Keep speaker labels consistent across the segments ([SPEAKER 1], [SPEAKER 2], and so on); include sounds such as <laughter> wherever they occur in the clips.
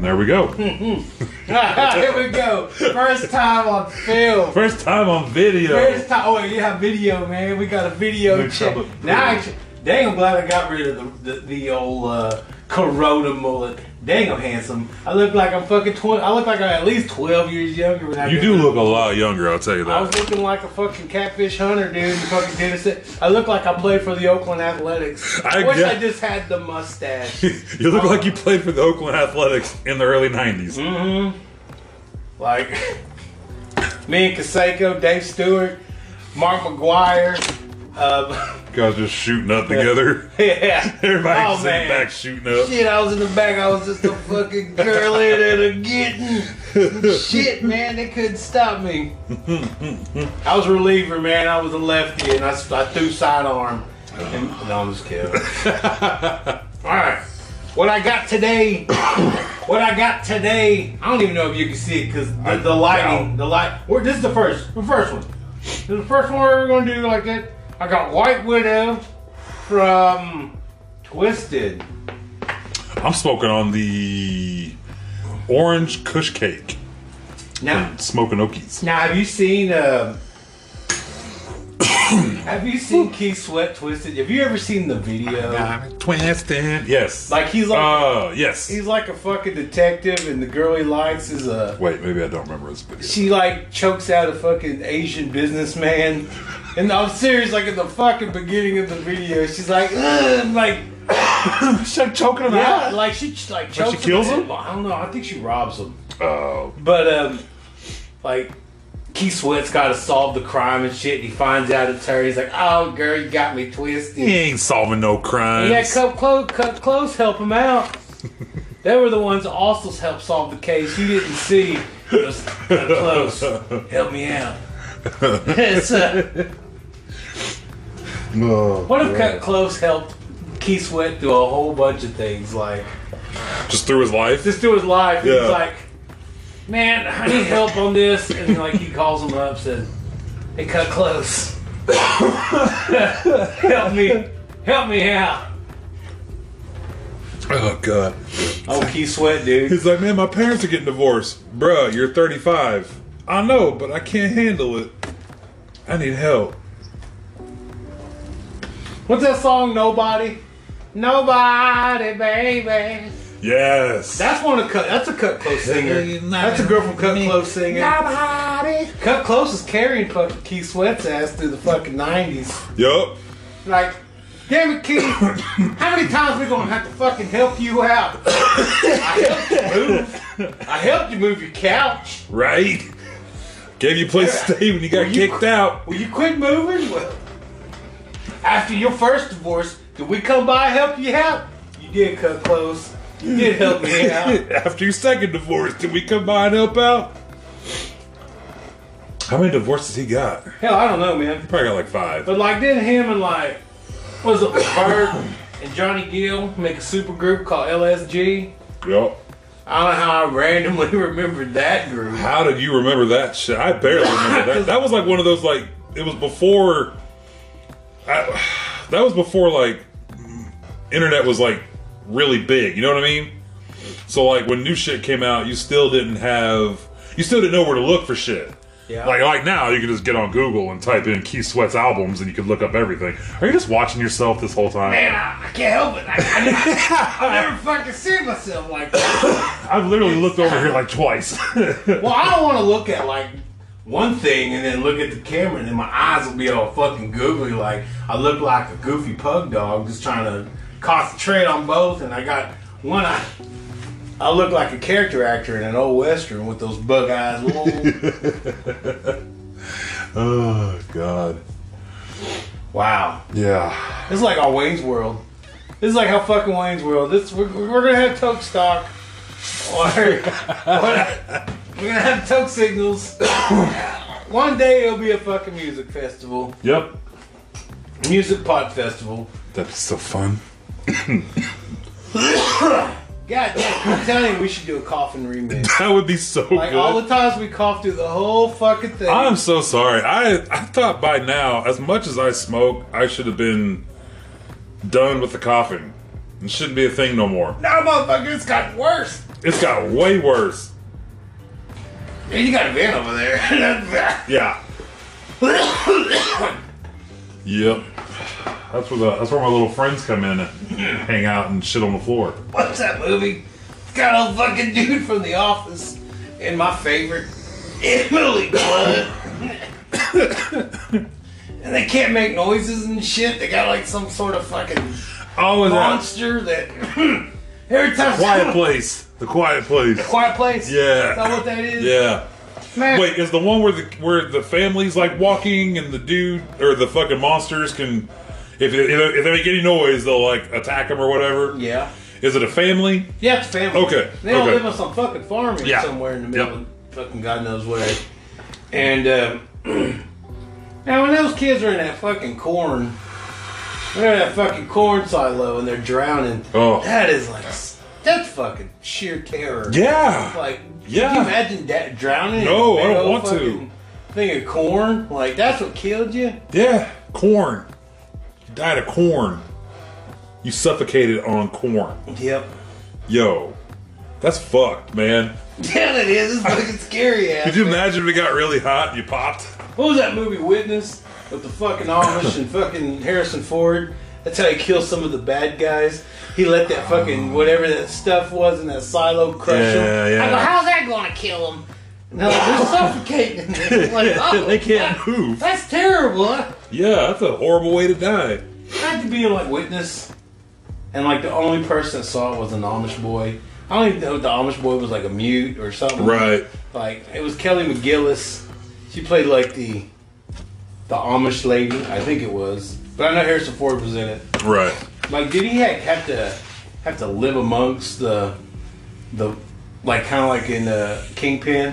[SPEAKER 1] there we go.
[SPEAKER 2] Here we go. First time on film.
[SPEAKER 1] First time on video.
[SPEAKER 2] First time. Oh, yeah, video, man. We got a video
[SPEAKER 1] No
[SPEAKER 2] check.
[SPEAKER 1] trouble.
[SPEAKER 2] Now, I ch- dang, I'm glad I got rid of the the, the old uh, Corona mullet. Dang, I'm handsome. I look like I'm fucking twenty. I look like I'm at least twelve years younger. When I
[SPEAKER 1] You
[SPEAKER 2] get
[SPEAKER 1] do
[SPEAKER 2] that.
[SPEAKER 1] look a lot younger, I'll tell you <laughs>
[SPEAKER 2] I was
[SPEAKER 1] that.
[SPEAKER 2] looking like a fucking catfish hunter, dude. in fucking Tennessee. I look like I played for the Oakland Athletics. I,
[SPEAKER 1] I
[SPEAKER 2] wish
[SPEAKER 1] get-
[SPEAKER 2] I just had the mustache.
[SPEAKER 1] you look like you played for the Oakland Athletics in the early 90s.
[SPEAKER 2] Mm-hmm. Like <laughs> me and Kaseko, Dave Stewart, Mark McGuire. Uh, <laughs>
[SPEAKER 1] Guys just shooting up together. <laughs>
[SPEAKER 2] yeah.
[SPEAKER 1] Everybody's
[SPEAKER 2] Oh,
[SPEAKER 1] sitting
[SPEAKER 2] man.
[SPEAKER 1] back shooting up.
[SPEAKER 2] Shit, I was in the back. I was just a fucking curling and a getting. Shit, man, they couldn't stop me. I was a reliever, man. I was a lefty, and I, I threw sidearm. And, no, I'm just kidding. All right, what I got today, what I got today. I don't even know if you can see it because the, the lighting, the light. We're, this is the first, the first one. This is the first one we're gonna do like that. I got White Widow from Twisted.
[SPEAKER 1] I'm smoking on the orange kush cake.
[SPEAKER 2] Now,
[SPEAKER 1] Smoking Okies.
[SPEAKER 2] now, have you seen? um have you seen Keith Sweat twisted? Have you ever seen the video?
[SPEAKER 1] twisted. Yes.
[SPEAKER 2] Like, he's like-
[SPEAKER 1] Uh, yes.
[SPEAKER 2] He's like a fucking detective, and the girl he likes is a.
[SPEAKER 1] Wait, maybe I don't remember this video.
[SPEAKER 2] She like chokes out a fucking Asian businessman, and I'm serious. Like at the fucking beginning of the video, she's like, Ugh, like
[SPEAKER 1] She's choking him
[SPEAKER 2] yeah, like she ch- like chokes
[SPEAKER 1] kills him?
[SPEAKER 2] I don't know. I think she robs him.
[SPEAKER 1] Oh,
[SPEAKER 2] But um, like Keith Sweat's got to solve the crime and shit. And he finds out it's her. He's like, "Oh, girl, you got me twisted."
[SPEAKER 1] he ain't solving no crimes.
[SPEAKER 2] Yeah, Cup Close, Cup Close, help him <laughs> out. they were the ones that also helped solve the case. You didn't see. It was Cup Close, help me out. <laughs> It's, uh,
[SPEAKER 1] No.
[SPEAKER 2] what if Cut Close helped Keith Sweat do a whole bunch of things? Like
[SPEAKER 1] Just through his life.
[SPEAKER 2] just do his life. and
[SPEAKER 1] Yeah.
[SPEAKER 2] He's like, man, I need help on this, and like he calls him up, says, "Hey, cut close, <laughs> help me, help me out."
[SPEAKER 1] Oh God.
[SPEAKER 2] Oh, Keith Sweat, dude.
[SPEAKER 1] He's like, man, my parents are getting divorced, bruh. You're 35. I know, but I can't handle it. I need help.
[SPEAKER 2] What's that song? Nobody, nobody, baby.
[SPEAKER 1] Yes.
[SPEAKER 2] That's one of cut. That's a cut close singer. That's a girl from Cut Close singing.
[SPEAKER 1] Nobody.
[SPEAKER 2] Cut Close is carrying fucking Keith Sweat's ass through the fucking nineties.
[SPEAKER 1] Yup.
[SPEAKER 2] Like, damn it, Keith, how many times we gonna have to fucking help you out? I helped you move. I helped you move your couch.
[SPEAKER 1] Right. Gave you a place to stay when you got
[SPEAKER 2] you-
[SPEAKER 1] kicked out.
[SPEAKER 2] Will you quit moving? Well, after your first divorce, did we come by and help you out? You did cut close. You did help
[SPEAKER 1] <laughs>
[SPEAKER 2] me out.
[SPEAKER 1] After your second divorce, did we come by and help out? How many divorces he got?
[SPEAKER 2] Hell, I don't know, man.
[SPEAKER 1] Probably got like five.
[SPEAKER 2] But like, then him and like, what was it, Bird and Johnny Gill make a super group called LSG?
[SPEAKER 1] Yup.
[SPEAKER 2] I don't know how I randomly <laughs> remembered that group.
[SPEAKER 1] How did you remember that shit? I barely remember
[SPEAKER 2] <laughs>
[SPEAKER 1] that. That was like one of those like it was before. I, that was before like internet was like really big. You know what I mean? So like when new shit came out, you still didn't have you still didn't know where to look for shit.
[SPEAKER 2] Yeah.
[SPEAKER 1] Like like now, you can just get on Google and type in Keith Sweat's albums, and you can look up everything. Are you just watching yourself this whole time? <laughs>
[SPEAKER 2] Man, I, I can't help it. I, I, I never fucking see myself like that.
[SPEAKER 1] I've literally looked over here like twice. <laughs>
[SPEAKER 2] Well, I don't want to look at like one thing and then look at the camera and then my eyes will be all fucking googly. Like I look like a goofy pug dog just trying to concentrate on both. And I got one eye. I look like a character actor in an old western with those bug eyes. Whoa.
[SPEAKER 1] oh God.
[SPEAKER 2] wow,
[SPEAKER 1] Yeah.
[SPEAKER 2] it's like our Wayne's World. This is like how fucking Wayne's World. This we're, we're gonna have toke stock, or, <laughs> or- we're gonna have toke signals. <coughs> One day it'll be a fucking music festival,
[SPEAKER 1] Yep.
[SPEAKER 2] music pod festival.
[SPEAKER 1] That'd be so fun.
[SPEAKER 2] God damn, I'm telling you, we should do a coffin remix.
[SPEAKER 1] That would be so
[SPEAKER 2] Like
[SPEAKER 1] good.
[SPEAKER 2] all the times we cough through the whole fucking thing.
[SPEAKER 1] I'm so sorry. I I thought by now, as much as I smoke, I should have been done with the coughing. It shouldn't be a thing no more.
[SPEAKER 2] now, motherfucker, it's got worse.
[SPEAKER 1] It's got way worse.
[SPEAKER 2] Man, you got a van over there. <coughs>
[SPEAKER 1] Yeah. Yep. That's where the that's where my little friends come in and hang out and shit on the floor.
[SPEAKER 2] What's that movie? It's got a fucking dude from The Office and my favorite, Emily Blunt. and they can't make noises and shit. They got like some sort of fucking
[SPEAKER 1] Oh, is that
[SPEAKER 2] monster that <clears throat> every time.
[SPEAKER 1] quiet place? The quiet place.
[SPEAKER 2] Quiet place.
[SPEAKER 1] Yeah.
[SPEAKER 2] Is that what that is?
[SPEAKER 1] Yeah.
[SPEAKER 2] Man.
[SPEAKER 1] Wait, is the one where the where the family's like walking and the dude or the fucking monsters can, if if, if they make any noise, they'll like attack them or whatever.
[SPEAKER 2] Yeah.
[SPEAKER 1] Is it a family?
[SPEAKER 2] Yeah, it's family.
[SPEAKER 1] Okay,
[SPEAKER 2] They all
[SPEAKER 1] okay.
[SPEAKER 2] live on some fucking farm here
[SPEAKER 1] Yeah.
[SPEAKER 2] somewhere in the middle
[SPEAKER 1] Yep.
[SPEAKER 2] of fucking God knows where. And um, <clears throat> now when those kids are in that fucking corn, they're in that fucking corn silo and they're drowning.
[SPEAKER 1] Oh.
[SPEAKER 2] That is like s- that's fucking sheer terror.
[SPEAKER 1] Yeah.
[SPEAKER 2] Like,
[SPEAKER 1] Yeah.
[SPEAKER 2] can you imagine that drowning? in
[SPEAKER 1] No,
[SPEAKER 2] a
[SPEAKER 1] I
[SPEAKER 2] big
[SPEAKER 1] don't
[SPEAKER 2] old
[SPEAKER 1] want to.
[SPEAKER 2] fucking Thing of corn, like that's what killed you.
[SPEAKER 1] Yeah. Corn. You died of corn. You suffocated on corn.
[SPEAKER 2] Yep. <laughs>
[SPEAKER 1] Yo, that's fucked, man.
[SPEAKER 2] Yeah, it is. It's fucking scary. Ass.
[SPEAKER 1] Could you imagine if it got really hot and you popped?
[SPEAKER 2] What was that movie Witness with the fucking Amish and fucking Harrison Ford? That's how he killed some of the bad guys. He let that fucking whatever that stuff was in that silo crush
[SPEAKER 1] Oh. Yeah,
[SPEAKER 2] him. I go,
[SPEAKER 1] yeah.
[SPEAKER 2] how's that going to kill him? No, they're suffocating.
[SPEAKER 1] <laughs>
[SPEAKER 2] I'm like, oh,
[SPEAKER 1] they can't
[SPEAKER 2] that-
[SPEAKER 1] move.
[SPEAKER 2] That's terrible. I
[SPEAKER 1] Yeah, that's a horrible way to die.
[SPEAKER 2] had to be like Witness, and like the only person that saw it was an Amish boy. I don't even know if the Amish boy was like a mute or something.
[SPEAKER 1] Right.
[SPEAKER 2] Like it was Kelly McGillis. She played like the the Amish lady, I think it was. But I know Harrison Ford was in it.
[SPEAKER 1] Right.
[SPEAKER 2] Like, did he ha- have to have to live amongst the the like kind of like in uh, Kingpin,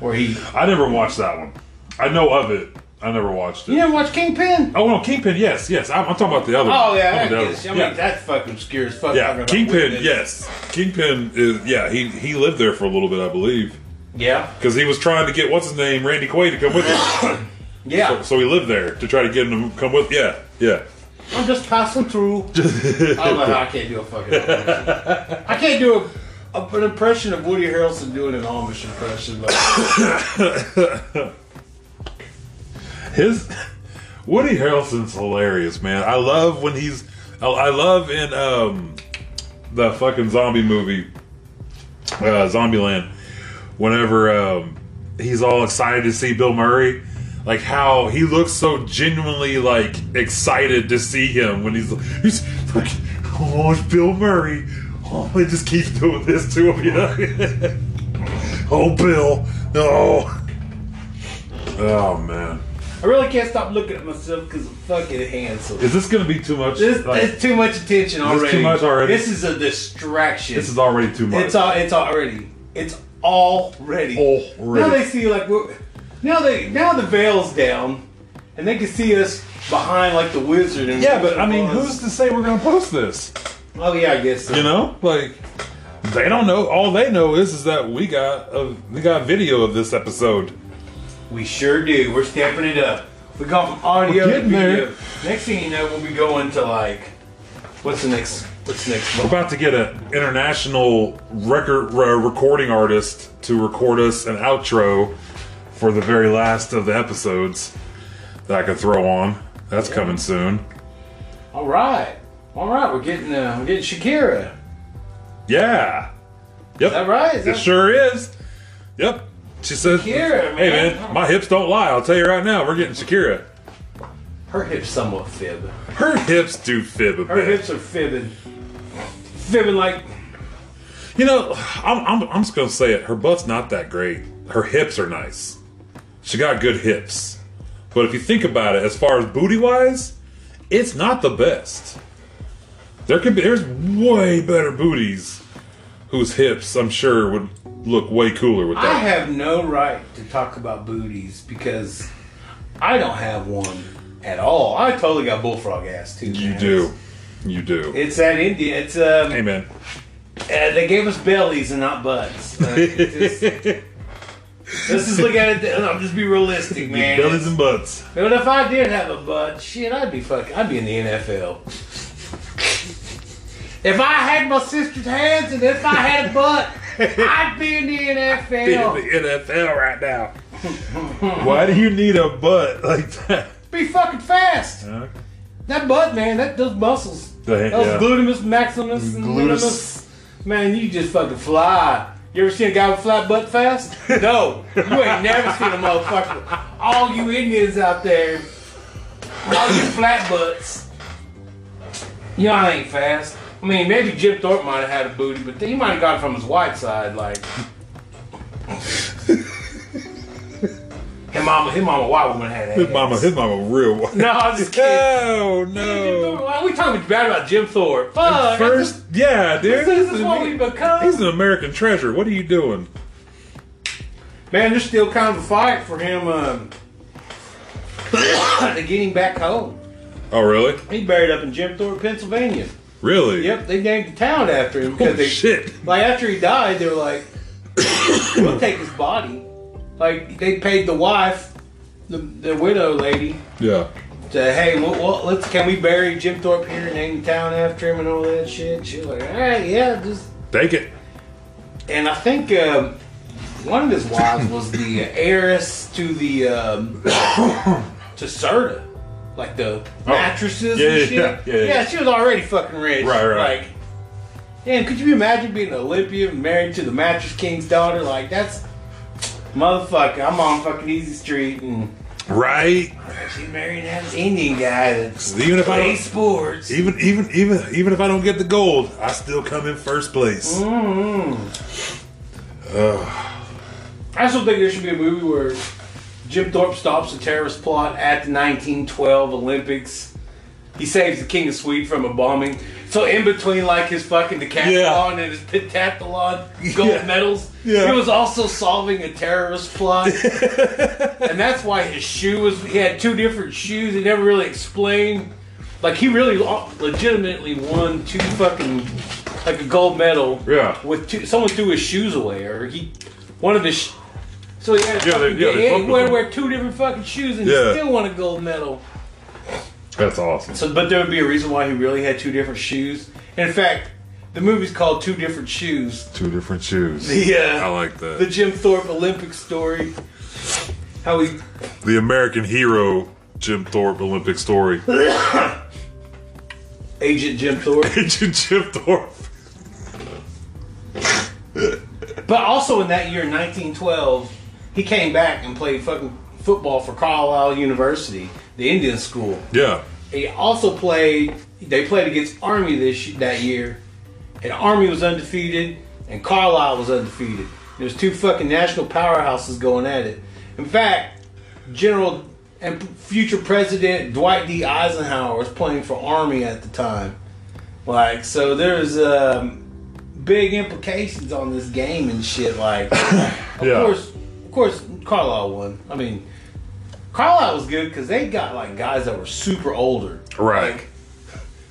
[SPEAKER 2] where he
[SPEAKER 1] I never watched that one. I know of it. I never watched it.
[SPEAKER 2] you never watch Kingpin?
[SPEAKER 1] Oh no, Kingpin. Yes, yes. I'm, I'm talking about the other. one.
[SPEAKER 2] Oh yeah, I
[SPEAKER 1] I'm talking about the other
[SPEAKER 2] guess. I
[SPEAKER 1] one.
[SPEAKER 2] mean that's fucking scary as fuck.
[SPEAKER 1] yeah, yeah.
[SPEAKER 2] talking about
[SPEAKER 1] Kingpin.
[SPEAKER 2] witness.
[SPEAKER 1] Yes, Kingpin is. Yeah, he he lived there for a little bit, I believe,
[SPEAKER 2] yeah,
[SPEAKER 1] because he was trying to get what's his name, Randy Quaid, to come with him. <coughs>
[SPEAKER 2] yeah.
[SPEAKER 1] so he lived there to try to get him to come with. Yeah, yeah.
[SPEAKER 2] I'm just passing
[SPEAKER 1] <laughs>
[SPEAKER 2] through. I don't know how I can't do a fucking. Impression. <laughs> I can't do a, a, an impression of Woody Harrelson doing an Amish impression. But
[SPEAKER 1] His Woody Harrelson's hilarious, man. I love when he's. I, I love in um the fucking zombie movie, uh, Zombieland. Whenever um, he's all excited to see Bill Murray, like how he looks so genuinely like excited to see him when he's he's like, oh, it's Bill Murray. Oh, he just keeps doing this to him, you know. <laughs> oh, Bill, no. Oh man.
[SPEAKER 2] I really can't stop looking at myself because I'm fucking handsome.
[SPEAKER 1] Is this gonna be too much?
[SPEAKER 2] This
[SPEAKER 1] Like,
[SPEAKER 2] it's too much attention already.
[SPEAKER 1] too much already.
[SPEAKER 2] This is a distraction.
[SPEAKER 1] this is already too much.
[SPEAKER 2] It's all. It's already. It's already.
[SPEAKER 1] Already.
[SPEAKER 2] Now they see like we're, now they now the veil's down, and they can see us behind like the wizard. And
[SPEAKER 1] yeah, but I mean, who's to say we're gonna post this?
[SPEAKER 2] Oh yeah, I guess. So.
[SPEAKER 1] You know, like they don't know. All they know is is that we got a we got video of this episode.
[SPEAKER 2] We sure do. We're stepping it up. We go from audio
[SPEAKER 1] We're getting
[SPEAKER 2] to video.
[SPEAKER 1] there.
[SPEAKER 2] Next thing you know, we'll be going to like, what's the next? What's the next?
[SPEAKER 1] We're
[SPEAKER 2] one?
[SPEAKER 1] about to get an international record uh, recording artist to record us an outro for the very last of the episodes that I could throw on. That's coming soon.
[SPEAKER 2] All right, all right. We're getting uh, we're getting Shakira. Is
[SPEAKER 1] Yeah. Yep.
[SPEAKER 2] that right? Is
[SPEAKER 1] It
[SPEAKER 2] that-
[SPEAKER 1] sure is. Yep. She says,
[SPEAKER 2] Shakira,
[SPEAKER 1] "Hey
[SPEAKER 2] man.
[SPEAKER 1] man, my hips don't lie. I'll tell you right now, we're getting Shakira.
[SPEAKER 2] Her hips somewhat fib.
[SPEAKER 1] Her hips do fib a
[SPEAKER 2] Her
[SPEAKER 1] bit.
[SPEAKER 2] hips are fibbing, fibbing like.
[SPEAKER 1] You know, I'm, I'm I'm just gonna say it. Her butt's not that great. Her hips are nice. She got good hips, but if you think about it, as far as booty wise, it's not the best. There could be there's way better booties whose hips I'm sure would look way cooler with
[SPEAKER 2] I
[SPEAKER 1] that.
[SPEAKER 2] have no right to talk about booties because I don't have one at all. I totally got bullfrog ass too.
[SPEAKER 1] you
[SPEAKER 2] man.
[SPEAKER 1] do, you do.
[SPEAKER 2] It's that Indian. It's um.
[SPEAKER 1] hey <laughs> man,
[SPEAKER 2] Uh, they gave us bellies and not butts. Uh,
[SPEAKER 1] <laughs>
[SPEAKER 2] Like, just- let's just look at it. I'll just be realistic, man.
[SPEAKER 1] bellies and butts.
[SPEAKER 2] But if I did have a butt, shit, I'd be fucking. I'd be in the NFL. If I had my sister's hands and if I had
[SPEAKER 1] <laughs>
[SPEAKER 2] a butt, I'd be in the
[SPEAKER 1] Be in
[SPEAKER 2] NFL.
[SPEAKER 1] the NFL right now. <laughs> Why do you need a butt like that?
[SPEAKER 2] Be fucking fast.
[SPEAKER 1] Huh?
[SPEAKER 2] That butt, man, that those muscles,
[SPEAKER 1] They-
[SPEAKER 2] those yeah.
[SPEAKER 1] yeah.
[SPEAKER 2] glutamus maximus, and
[SPEAKER 1] Gluteus.
[SPEAKER 2] lunimus, man, you just fucking fly. You ever seen a guy with flat
[SPEAKER 1] <laughs>
[SPEAKER 2] butt fast? No, you ain't never seen a motherfucker. All you Indians out there, all you flat butts, y'all ain't fast. I mean, maybe Jim Thorpe might have had a booty, but he might have got it from his white
[SPEAKER 1] <laughs>
[SPEAKER 2] side, like. His mama, his mama, white woman had ass.
[SPEAKER 1] His mama, his mama, real white.
[SPEAKER 2] No, I'm just kidding.
[SPEAKER 1] Oh
[SPEAKER 2] Jim Thorpe,
[SPEAKER 1] no!
[SPEAKER 2] Why are we talking bad about Jim Thorpe? Fuck.
[SPEAKER 1] First, yeah, dude.
[SPEAKER 2] this, this is what we become.
[SPEAKER 1] He's an American treasure. What are you doing?
[SPEAKER 2] Man, there's still kind of a fight for him um, <coughs> to get him back home.
[SPEAKER 1] Oh, really?
[SPEAKER 2] He buried up in Jim Thorpe, Pennsylvania.
[SPEAKER 1] Really?
[SPEAKER 2] Yep, they named the town after him
[SPEAKER 1] Oh,
[SPEAKER 2] because they
[SPEAKER 1] shit.
[SPEAKER 2] like after he died, they were like, <coughs> "We'll take his body." Like they paid the wife, the, the widow lady,
[SPEAKER 1] Yeah.
[SPEAKER 2] to hey, what, what, let's can we bury Jim Thorpe here and name the town after him and all that shit. She was like, "All right, yeah, just
[SPEAKER 1] Take it.
[SPEAKER 2] and I think um, one of his wives was the heiress to the um, <coughs> to Serta, like the
[SPEAKER 1] Oh.
[SPEAKER 2] mattresses
[SPEAKER 1] Yeah,
[SPEAKER 2] and
[SPEAKER 1] yeah, yeah,
[SPEAKER 2] shit.
[SPEAKER 1] yeah, yeah.
[SPEAKER 2] she was already fucking rich.
[SPEAKER 1] Right, right.
[SPEAKER 2] Like, damn, could you imagine being an Olympian married to the mattress king's daughter? Like, that's motherfucker. I'm on fucking easy street and
[SPEAKER 1] Right.
[SPEAKER 2] she married that Indian guy that
[SPEAKER 1] Even if I
[SPEAKER 2] plays
[SPEAKER 1] don't,
[SPEAKER 2] sports.
[SPEAKER 1] even even even even if I don't get the gold, I still come in first place.
[SPEAKER 2] Mm-hmm. I still think there should be a movie where Jim Thorpe stops a terrorist plot at the 1912 Olympics. He saves the King of Sweden from a bombing. So in between, like his fucking decathlon and
[SPEAKER 1] <laughs>
[SPEAKER 2] his pentathlon gold
[SPEAKER 1] Yeah.
[SPEAKER 2] medals,
[SPEAKER 1] Yeah.
[SPEAKER 2] he was also solving a
[SPEAKER 1] <laughs>
[SPEAKER 2] terrorist plot, and that's why his shoe was. He had two different shoes. He never really explained. Like he really lo- legitimately won two fucking like a gold medal.
[SPEAKER 1] Yeah.
[SPEAKER 2] With two, someone threw his shoes away, or he one of his. Sh- so he had to
[SPEAKER 1] Yeah, they- yeah,
[SPEAKER 2] fucking get-
[SPEAKER 1] they
[SPEAKER 2] he
[SPEAKER 1] fucked with
[SPEAKER 2] wear,
[SPEAKER 1] him.
[SPEAKER 2] wear two different fucking shoes and
[SPEAKER 1] Yeah.
[SPEAKER 2] he still won a gold medal.
[SPEAKER 1] That's awesome.
[SPEAKER 2] So, but there would be a reason why he really had two different shoes. In fact, the movie's called Two Different <laughs> Shoes.
[SPEAKER 1] Two different shoes.
[SPEAKER 2] The uh,
[SPEAKER 1] I like that.
[SPEAKER 2] the Jim Thorpe Olympic story. How he
[SPEAKER 1] the American hero Jim Thorpe Olympic story.
[SPEAKER 2] Agent Jim Thorpe.
[SPEAKER 1] Agent <laughs> Jim Thorpe.
[SPEAKER 2] But also in that year, 1912, he came back and played fucking football for Carlisle University, the Indian school.
[SPEAKER 1] Yeah.
[SPEAKER 2] He also played. They played against Army this that year, and Army was undefeated, and Carlisle was undefeated. There's two fucking national powerhouses going at it. In fact, General and future President Dwight D. Eisenhower was playing for Army at the time. Like, so there's um, big implications on this game and shit. Like, of
[SPEAKER 1] Yeah.
[SPEAKER 2] course, of course, Carlisle won. I mean, Carlisle was good because they got like guys that were super older.
[SPEAKER 1] Right.
[SPEAKER 2] Like,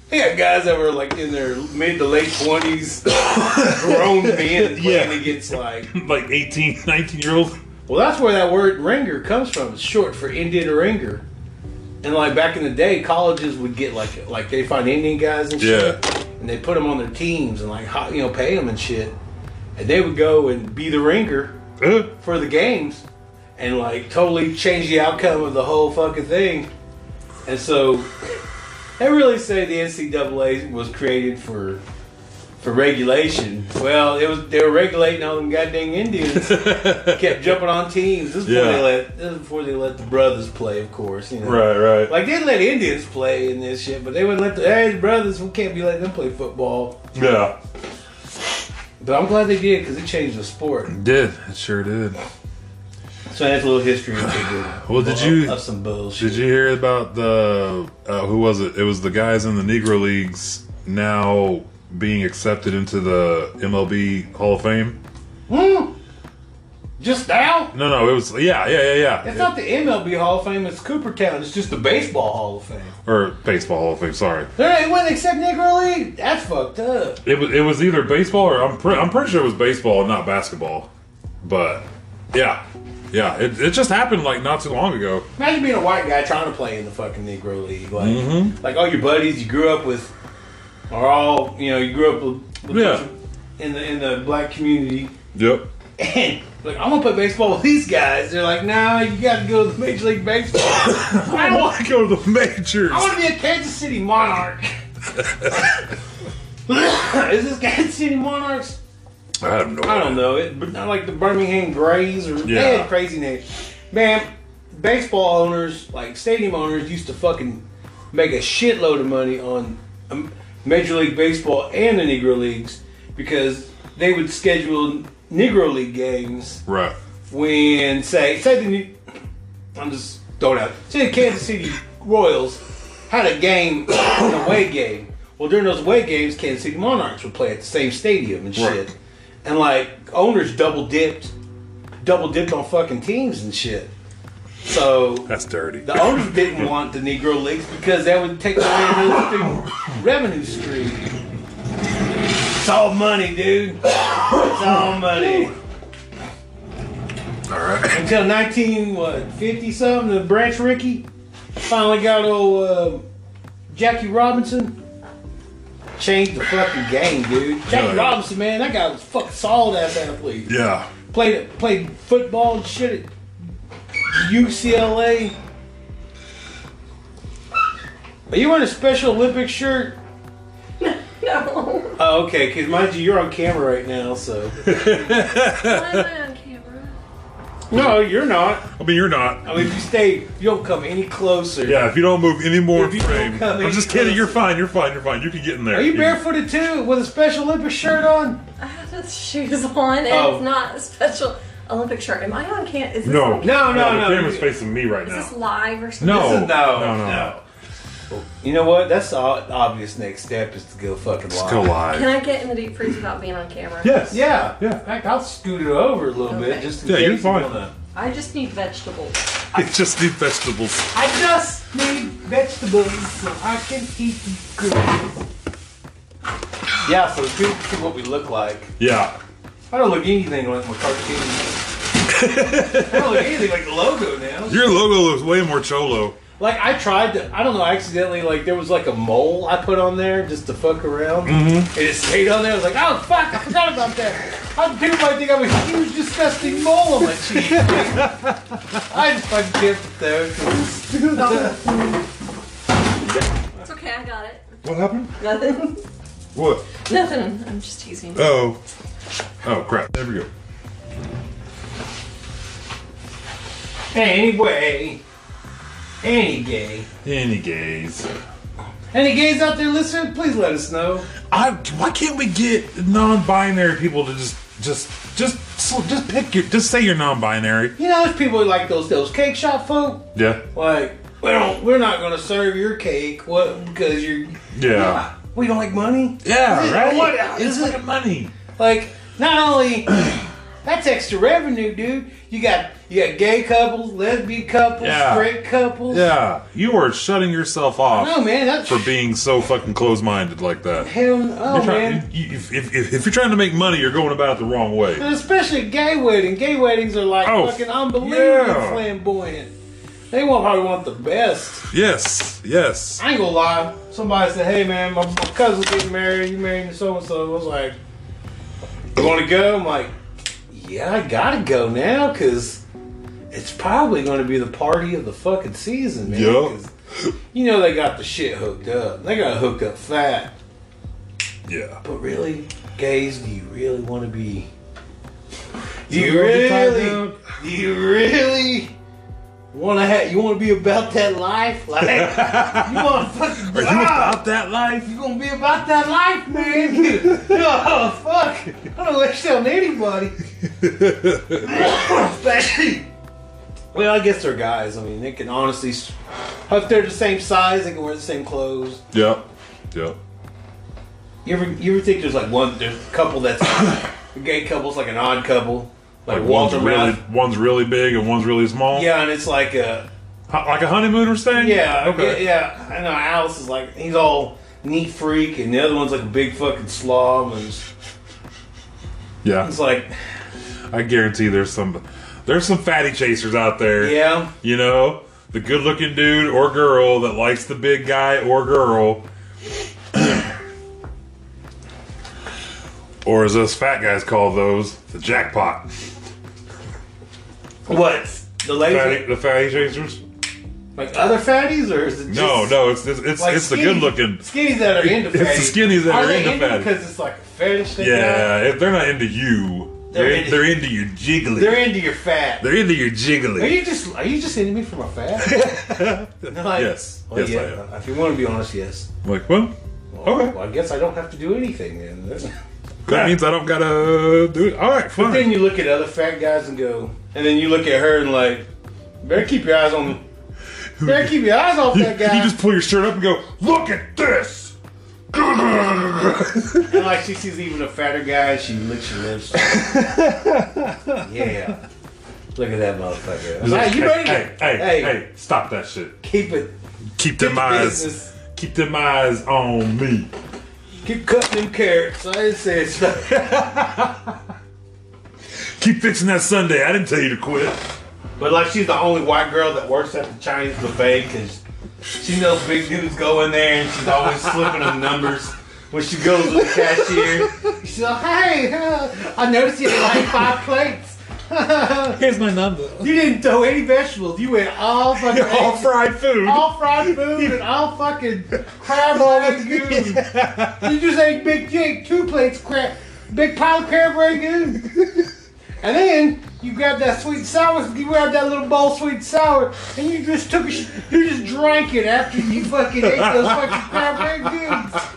[SPEAKER 2] they got guys that were like in their mid to late
[SPEAKER 1] <laughs>
[SPEAKER 2] twenties, grown men playing
[SPEAKER 1] Yeah.
[SPEAKER 2] against like.
[SPEAKER 1] Like 18, 19 year old.
[SPEAKER 2] Well, that's where that word ringer comes from. It's short for Indian ringer. And like back in the day, colleges would get like like they find Indian guys and shit,
[SPEAKER 1] Yeah.
[SPEAKER 2] and they put them on their teams and like hi- you know pay them and shit, and they would go and be the ringer
[SPEAKER 1] Huh?
[SPEAKER 2] for the games and like totally change the outcome of the whole fucking thing. And so they really say the NCAA was created for for regulation. Well, it was they were regulating all them goddamn
[SPEAKER 1] <laughs>
[SPEAKER 2] Indians. Kept jumping on teams. This is
[SPEAKER 1] Yeah.
[SPEAKER 2] before they let this is before they let the brothers play, of course. You know?
[SPEAKER 1] Right, right.
[SPEAKER 2] Like they let Indians play in this shit, but they wouldn't let the hey brothers. We can't be letting them play football.
[SPEAKER 1] yeah.
[SPEAKER 2] But I'm glad they did because it changed the sport.
[SPEAKER 1] Did. It sure did.
[SPEAKER 2] So that's a
[SPEAKER 1] <sighs>
[SPEAKER 2] little history. of
[SPEAKER 1] Well, did you-
[SPEAKER 2] of some bullshit?
[SPEAKER 1] Did you hear about the uh, who was it? It was the guys in the Negro leagues now being accepted into the MLB Hall of Fame.
[SPEAKER 2] Hmm. Just now?
[SPEAKER 1] No, no, it was yeah, yeah, yeah, yeah,
[SPEAKER 2] It's not the MLB Hall of Fame, it's Coopertown. It's just the Baseball Hall of Fame.
[SPEAKER 1] or baseball Hall of Fame. Sorry,
[SPEAKER 2] They wouldn't accept Negro League? That's fucked up.
[SPEAKER 1] it was it was either baseball or I'm pre- I'm pretty sure it was baseball, and not basketball. But yeah, yeah, it, it just happened like not too long ago.
[SPEAKER 2] Imagine being a white guy trying to play in the fucking Negro League. Like, like all your buddies you grew up with are all you know. You grew up with, with
[SPEAKER 1] Yeah.
[SPEAKER 2] in the in the black community,
[SPEAKER 1] Yep.
[SPEAKER 2] and like I'm gonna play baseball with these guys. They're like, nah, you gotta go to the Major League Baseball. I
[SPEAKER 1] I
[SPEAKER 2] don't
[SPEAKER 1] want to go to the majors.
[SPEAKER 2] I want to be a Kansas City Monarch. <laughs> Is this Kansas City Monarchs?
[SPEAKER 1] I have no
[SPEAKER 2] I
[SPEAKER 1] idea.
[SPEAKER 2] don't know it, but not like the Birmingham Grays or
[SPEAKER 1] Yeah.
[SPEAKER 2] they had crazy names. Man, baseball owners, like stadium owners, used to fucking make a shitload of money on um, Major League Baseball and the Negro Leagues because they would schedule Negro League games
[SPEAKER 1] Right.
[SPEAKER 2] when say say the New- I'm just throwing out say the Kansas City Royals had a game <coughs> an away game. Well, during those away games, Kansas City Monarchs would play at the same stadium and shit,
[SPEAKER 1] Right.
[SPEAKER 2] and like owners double dipped, double dipped on fucking teams and shit. So
[SPEAKER 1] That's dirty.
[SPEAKER 2] the owners didn't want the Negro leagues because that would take away their fucking revenue stream. It's all money, dude. It's all money.
[SPEAKER 1] All right.
[SPEAKER 2] until 19 what 50 something the branch ricky finally got old uh, jackie robinson changed the fucking game dude
[SPEAKER 1] yeah.
[SPEAKER 2] jackie robinson man that guy was a fucking solid ass athlete
[SPEAKER 1] Yeah.
[SPEAKER 2] played played football and shit at ucla are you wearing a special olympics shirt
[SPEAKER 3] <laughs> No.
[SPEAKER 2] oh okay because mind you you're on camera right now
[SPEAKER 3] <laughs>
[SPEAKER 2] so
[SPEAKER 3] Why am I on camera?
[SPEAKER 2] no you're not
[SPEAKER 1] I mean, you're not.
[SPEAKER 2] i mean if you stay you don't come any closer
[SPEAKER 1] Yeah. If you don't move any more
[SPEAKER 2] If you
[SPEAKER 1] frame,
[SPEAKER 2] don't come
[SPEAKER 1] I'm
[SPEAKER 2] any
[SPEAKER 1] just kidding.
[SPEAKER 2] closer.
[SPEAKER 1] You're fine. You're fine. You're fine. You can get in there.
[SPEAKER 2] Are you barefooted too with a Special Olympics shirt on?
[SPEAKER 3] I have <laughs> those shoes on, and
[SPEAKER 2] Oh.
[SPEAKER 3] it's not a special Olympic shirt. Am I on camera? Is this
[SPEAKER 1] No.
[SPEAKER 3] Like,
[SPEAKER 2] No, no, no.
[SPEAKER 1] The camera's facing me right
[SPEAKER 3] Is
[SPEAKER 1] now.
[SPEAKER 3] this live or something?
[SPEAKER 1] No.
[SPEAKER 2] This is- no,
[SPEAKER 1] No, no.
[SPEAKER 2] no. You know what? That's the o- obvious next step is to go fucking
[SPEAKER 1] Let's
[SPEAKER 2] live.
[SPEAKER 1] go live.
[SPEAKER 3] Can I get in the deep freeze without being on camera?
[SPEAKER 1] Yes.
[SPEAKER 2] Yeah.
[SPEAKER 1] Yeah.
[SPEAKER 2] In fact, I'll scoot it over a little bit
[SPEAKER 3] Okay.
[SPEAKER 2] just in
[SPEAKER 1] Yeah,
[SPEAKER 2] case.
[SPEAKER 1] you're
[SPEAKER 2] you
[SPEAKER 1] fine.
[SPEAKER 2] wanna-
[SPEAKER 3] I just need vegetables.
[SPEAKER 1] It's just the vegetables.
[SPEAKER 2] I just need vegetables so I can eat good. Yeah, so people see what we look like.
[SPEAKER 1] Yeah.
[SPEAKER 2] I don't look anything like my cartoon. I don't look anything like the logo now.
[SPEAKER 1] Your logo looks way more cholo.
[SPEAKER 2] Like I tried to, I don't know, I accidentally like there was like a mole I put on there just to fuck around, and it stayed on there. I was like, oh fuck, I forgot about that. How people might think I'm a huge disgusting mole on my cheek. I just fucking dipped it there. 'cause it's-
[SPEAKER 3] It's okay, I got it.
[SPEAKER 1] What happened?
[SPEAKER 3] Nothing.
[SPEAKER 1] What?
[SPEAKER 3] <laughs> Nothing. I'm just teasing.
[SPEAKER 1] Oh. Oh crap. There we go.
[SPEAKER 2] anyway, any gay,
[SPEAKER 1] Any gays.
[SPEAKER 2] any gays out there listening, please let us know.
[SPEAKER 1] I. Why can't we get non-binary people to just just just so- just pick your just say you're non-binary.
[SPEAKER 2] You know, there's people who like those those cake shop folk.
[SPEAKER 1] Yeah.
[SPEAKER 2] Like, we don't, we're not gonna serve your cake, what? Because you're,
[SPEAKER 1] Yeah.
[SPEAKER 2] we don't like money.
[SPEAKER 1] Yeah.
[SPEAKER 2] Is it-
[SPEAKER 1] right.
[SPEAKER 2] what-
[SPEAKER 1] it's
[SPEAKER 2] is
[SPEAKER 1] like
[SPEAKER 2] it-
[SPEAKER 1] money.
[SPEAKER 2] Like, not only <clears throat> that's extra revenue, dude. You got you got gay couples, lesbian couples,
[SPEAKER 1] Yeah.
[SPEAKER 2] straight couples.
[SPEAKER 1] Yeah. You are shutting yourself off
[SPEAKER 2] No man, that's
[SPEAKER 1] for being so fucking close-minded like that.
[SPEAKER 2] hell no,
[SPEAKER 1] You're trying-
[SPEAKER 2] man.
[SPEAKER 1] you- if, if, if, if you're trying to make money, you're going about it the wrong way.
[SPEAKER 2] And especially a gay wedding. Gay weddings are like
[SPEAKER 1] Oh,
[SPEAKER 2] fucking unbelievably
[SPEAKER 1] yeah.
[SPEAKER 2] flamboyant. They will probably want the best.
[SPEAKER 1] Yes, yes.
[SPEAKER 2] I ain't gonna lie. Somebody said, "Hey man, my, my cousin's getting married. You marrying so and so?" I was like, "You want to go?" I'm like, "Yeah, I gotta go now because it's probably gonna be the party of the fucking season, man."
[SPEAKER 1] Yeah.
[SPEAKER 2] 'Cause You know they got the shit hooked up. They got hooked up fat.
[SPEAKER 1] Yeah. <laughs>
[SPEAKER 2] But really, gays, do you really want to be? Do
[SPEAKER 1] So
[SPEAKER 2] you
[SPEAKER 1] we're gonna be tied
[SPEAKER 2] really?
[SPEAKER 1] down?
[SPEAKER 2] Do you really? Want to have? You want to be about that life? Like <laughs> you want to fucking?
[SPEAKER 1] Are you about that life?
[SPEAKER 2] You gonna be about that life, <laughs> man? oh fuck! I don't wish on anybody. Especially- <laughs> well, I guess they're guys. I mean, they can honestly, s- if they're the same size, they can wear the same clothes.
[SPEAKER 1] Yeah. Yeah.
[SPEAKER 2] You ever, you ever think there's like one, there's a couple
[SPEAKER 1] <coughs>
[SPEAKER 2] that's a gay couple's like an odd couple, like,
[SPEAKER 1] Like one's
[SPEAKER 2] Walter
[SPEAKER 1] really
[SPEAKER 2] Matthau-
[SPEAKER 1] one's really big and one's really small.
[SPEAKER 2] Yeah, and it's like a
[SPEAKER 1] Ho- like a honeymooner thing.
[SPEAKER 2] yeah,
[SPEAKER 1] Okay.
[SPEAKER 2] yeah, yeah. I know Alice is like he's all neat freak, and the other one's like a big fucking slob, and it's-
[SPEAKER 1] Yeah.
[SPEAKER 2] it's like
[SPEAKER 1] I guarantee there's some there's some fatty chasers out there.
[SPEAKER 2] yeah.
[SPEAKER 1] You know, the good-looking dude or girl that likes the big guy or girl. <clears throat> or as us fat guys call those, the jackpot.
[SPEAKER 2] What? The laser?
[SPEAKER 1] Fatty, the fatty chasers?
[SPEAKER 2] Like other fatties, or is it just
[SPEAKER 1] No, no, it's it's it's,
[SPEAKER 2] Like
[SPEAKER 1] it's the
[SPEAKER 2] skinny-
[SPEAKER 1] good looking.
[SPEAKER 2] skinnies that are
[SPEAKER 1] <laughs>
[SPEAKER 2] into
[SPEAKER 1] It's the
[SPEAKER 2] fatties?
[SPEAKER 1] skinnies that are
[SPEAKER 2] they
[SPEAKER 1] into fatties.
[SPEAKER 2] because it's like a fetish thing. now?
[SPEAKER 1] Yeah, if they're not into you. They're,
[SPEAKER 2] They're
[SPEAKER 1] in- they're
[SPEAKER 2] into-
[SPEAKER 1] into your jiggly. They're,
[SPEAKER 2] they're into your fat.
[SPEAKER 1] into your
[SPEAKER 2] Are
[SPEAKER 1] jiggly.
[SPEAKER 2] you just are you just hitting me for my fat?
[SPEAKER 1] <laughs>
[SPEAKER 2] And I'm like,
[SPEAKER 1] Yes.
[SPEAKER 2] well,
[SPEAKER 1] Yes, I
[SPEAKER 2] oh, yeah, If you want to be honest, yes.
[SPEAKER 1] I'm like, well,
[SPEAKER 2] Well,
[SPEAKER 1] Okay.
[SPEAKER 2] well, I guess I don't have to do anything then. <laughs>
[SPEAKER 1] that means I don't gotta uh, do it. All right,
[SPEAKER 2] But then
[SPEAKER 1] fine.
[SPEAKER 2] you look at other fat guys and go, and then you look at her and like, better keep your eyes on, better keep your eyes on
[SPEAKER 1] You,
[SPEAKER 2] fat
[SPEAKER 1] <laughs> you
[SPEAKER 2] guy.
[SPEAKER 1] just pull your shirt up and go, look at
[SPEAKER 2] <laughs>
[SPEAKER 1] this.
[SPEAKER 2] And like she sees even a fatter guy, and she licks her
[SPEAKER 1] <laughs>
[SPEAKER 2] lips. yeah. Look at that motherfucker. I'm like, you ready?
[SPEAKER 1] Hey, hey, hey,
[SPEAKER 2] Hey.
[SPEAKER 1] hey, stop that shit.
[SPEAKER 2] Keep it.
[SPEAKER 1] Keep them
[SPEAKER 2] the
[SPEAKER 1] eyes.
[SPEAKER 2] business.
[SPEAKER 1] Keep them eyes on me.
[SPEAKER 2] Keep cutting them carrots. I didn't say it's not.
[SPEAKER 1] Keep fixing that Sunday. I didn't tell you to quit.
[SPEAKER 2] But like she's the only white girl that works at the Chinese buffet because she knows big dudes go in there and she's always slipping them numbers. When she goes to the cashier, she's like, "Hey, uh, I noticed you ate like five plates.
[SPEAKER 1] Here's my number.
[SPEAKER 2] You didn't throw any vegetables. You ate <laughs> all fucking
[SPEAKER 1] <laughs> All fried food.
[SPEAKER 2] all fried food and all fucking <laughs> crab rangoon. you just ate big you ate two plates of crab, big pile of crab rangoon. And then you grabbed that sweet and sour, you grabbed that little bowl of sweet and sour, and you just took a, sh- you just drank it after you fucking ate those fucking crab rangoons.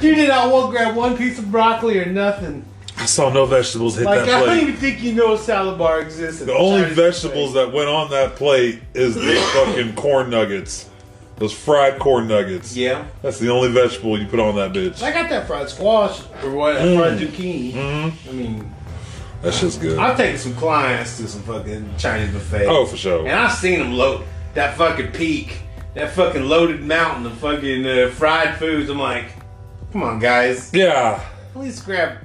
[SPEAKER 2] You did not want to grab one piece of broccoli or nothing.
[SPEAKER 1] I saw no vegetables hit
[SPEAKER 2] Like
[SPEAKER 1] that
[SPEAKER 2] I don't
[SPEAKER 1] plate.
[SPEAKER 2] even think you know a salad bar exists.
[SPEAKER 1] The only vegetables that went on that plate is
[SPEAKER 2] <laughs>
[SPEAKER 1] the fucking corn nuggets. Those fried corn nuggets.
[SPEAKER 2] Yeah.
[SPEAKER 1] That's the only vegetable you put on that bitch.
[SPEAKER 2] I got that fried squash or what? Fried zucchini.
[SPEAKER 1] Mm-hmm.
[SPEAKER 2] I mean,
[SPEAKER 1] That shit's good.
[SPEAKER 2] I've taken some clients to some fucking Chinese buffet.
[SPEAKER 1] Oh, for
[SPEAKER 2] and
[SPEAKER 1] sure.
[SPEAKER 2] I've seen them load that fucking peak, that fucking loaded mountain of fucking uh, fried foods. I'm like, come on, guys,
[SPEAKER 1] Yeah.
[SPEAKER 2] at least grab. <laughs>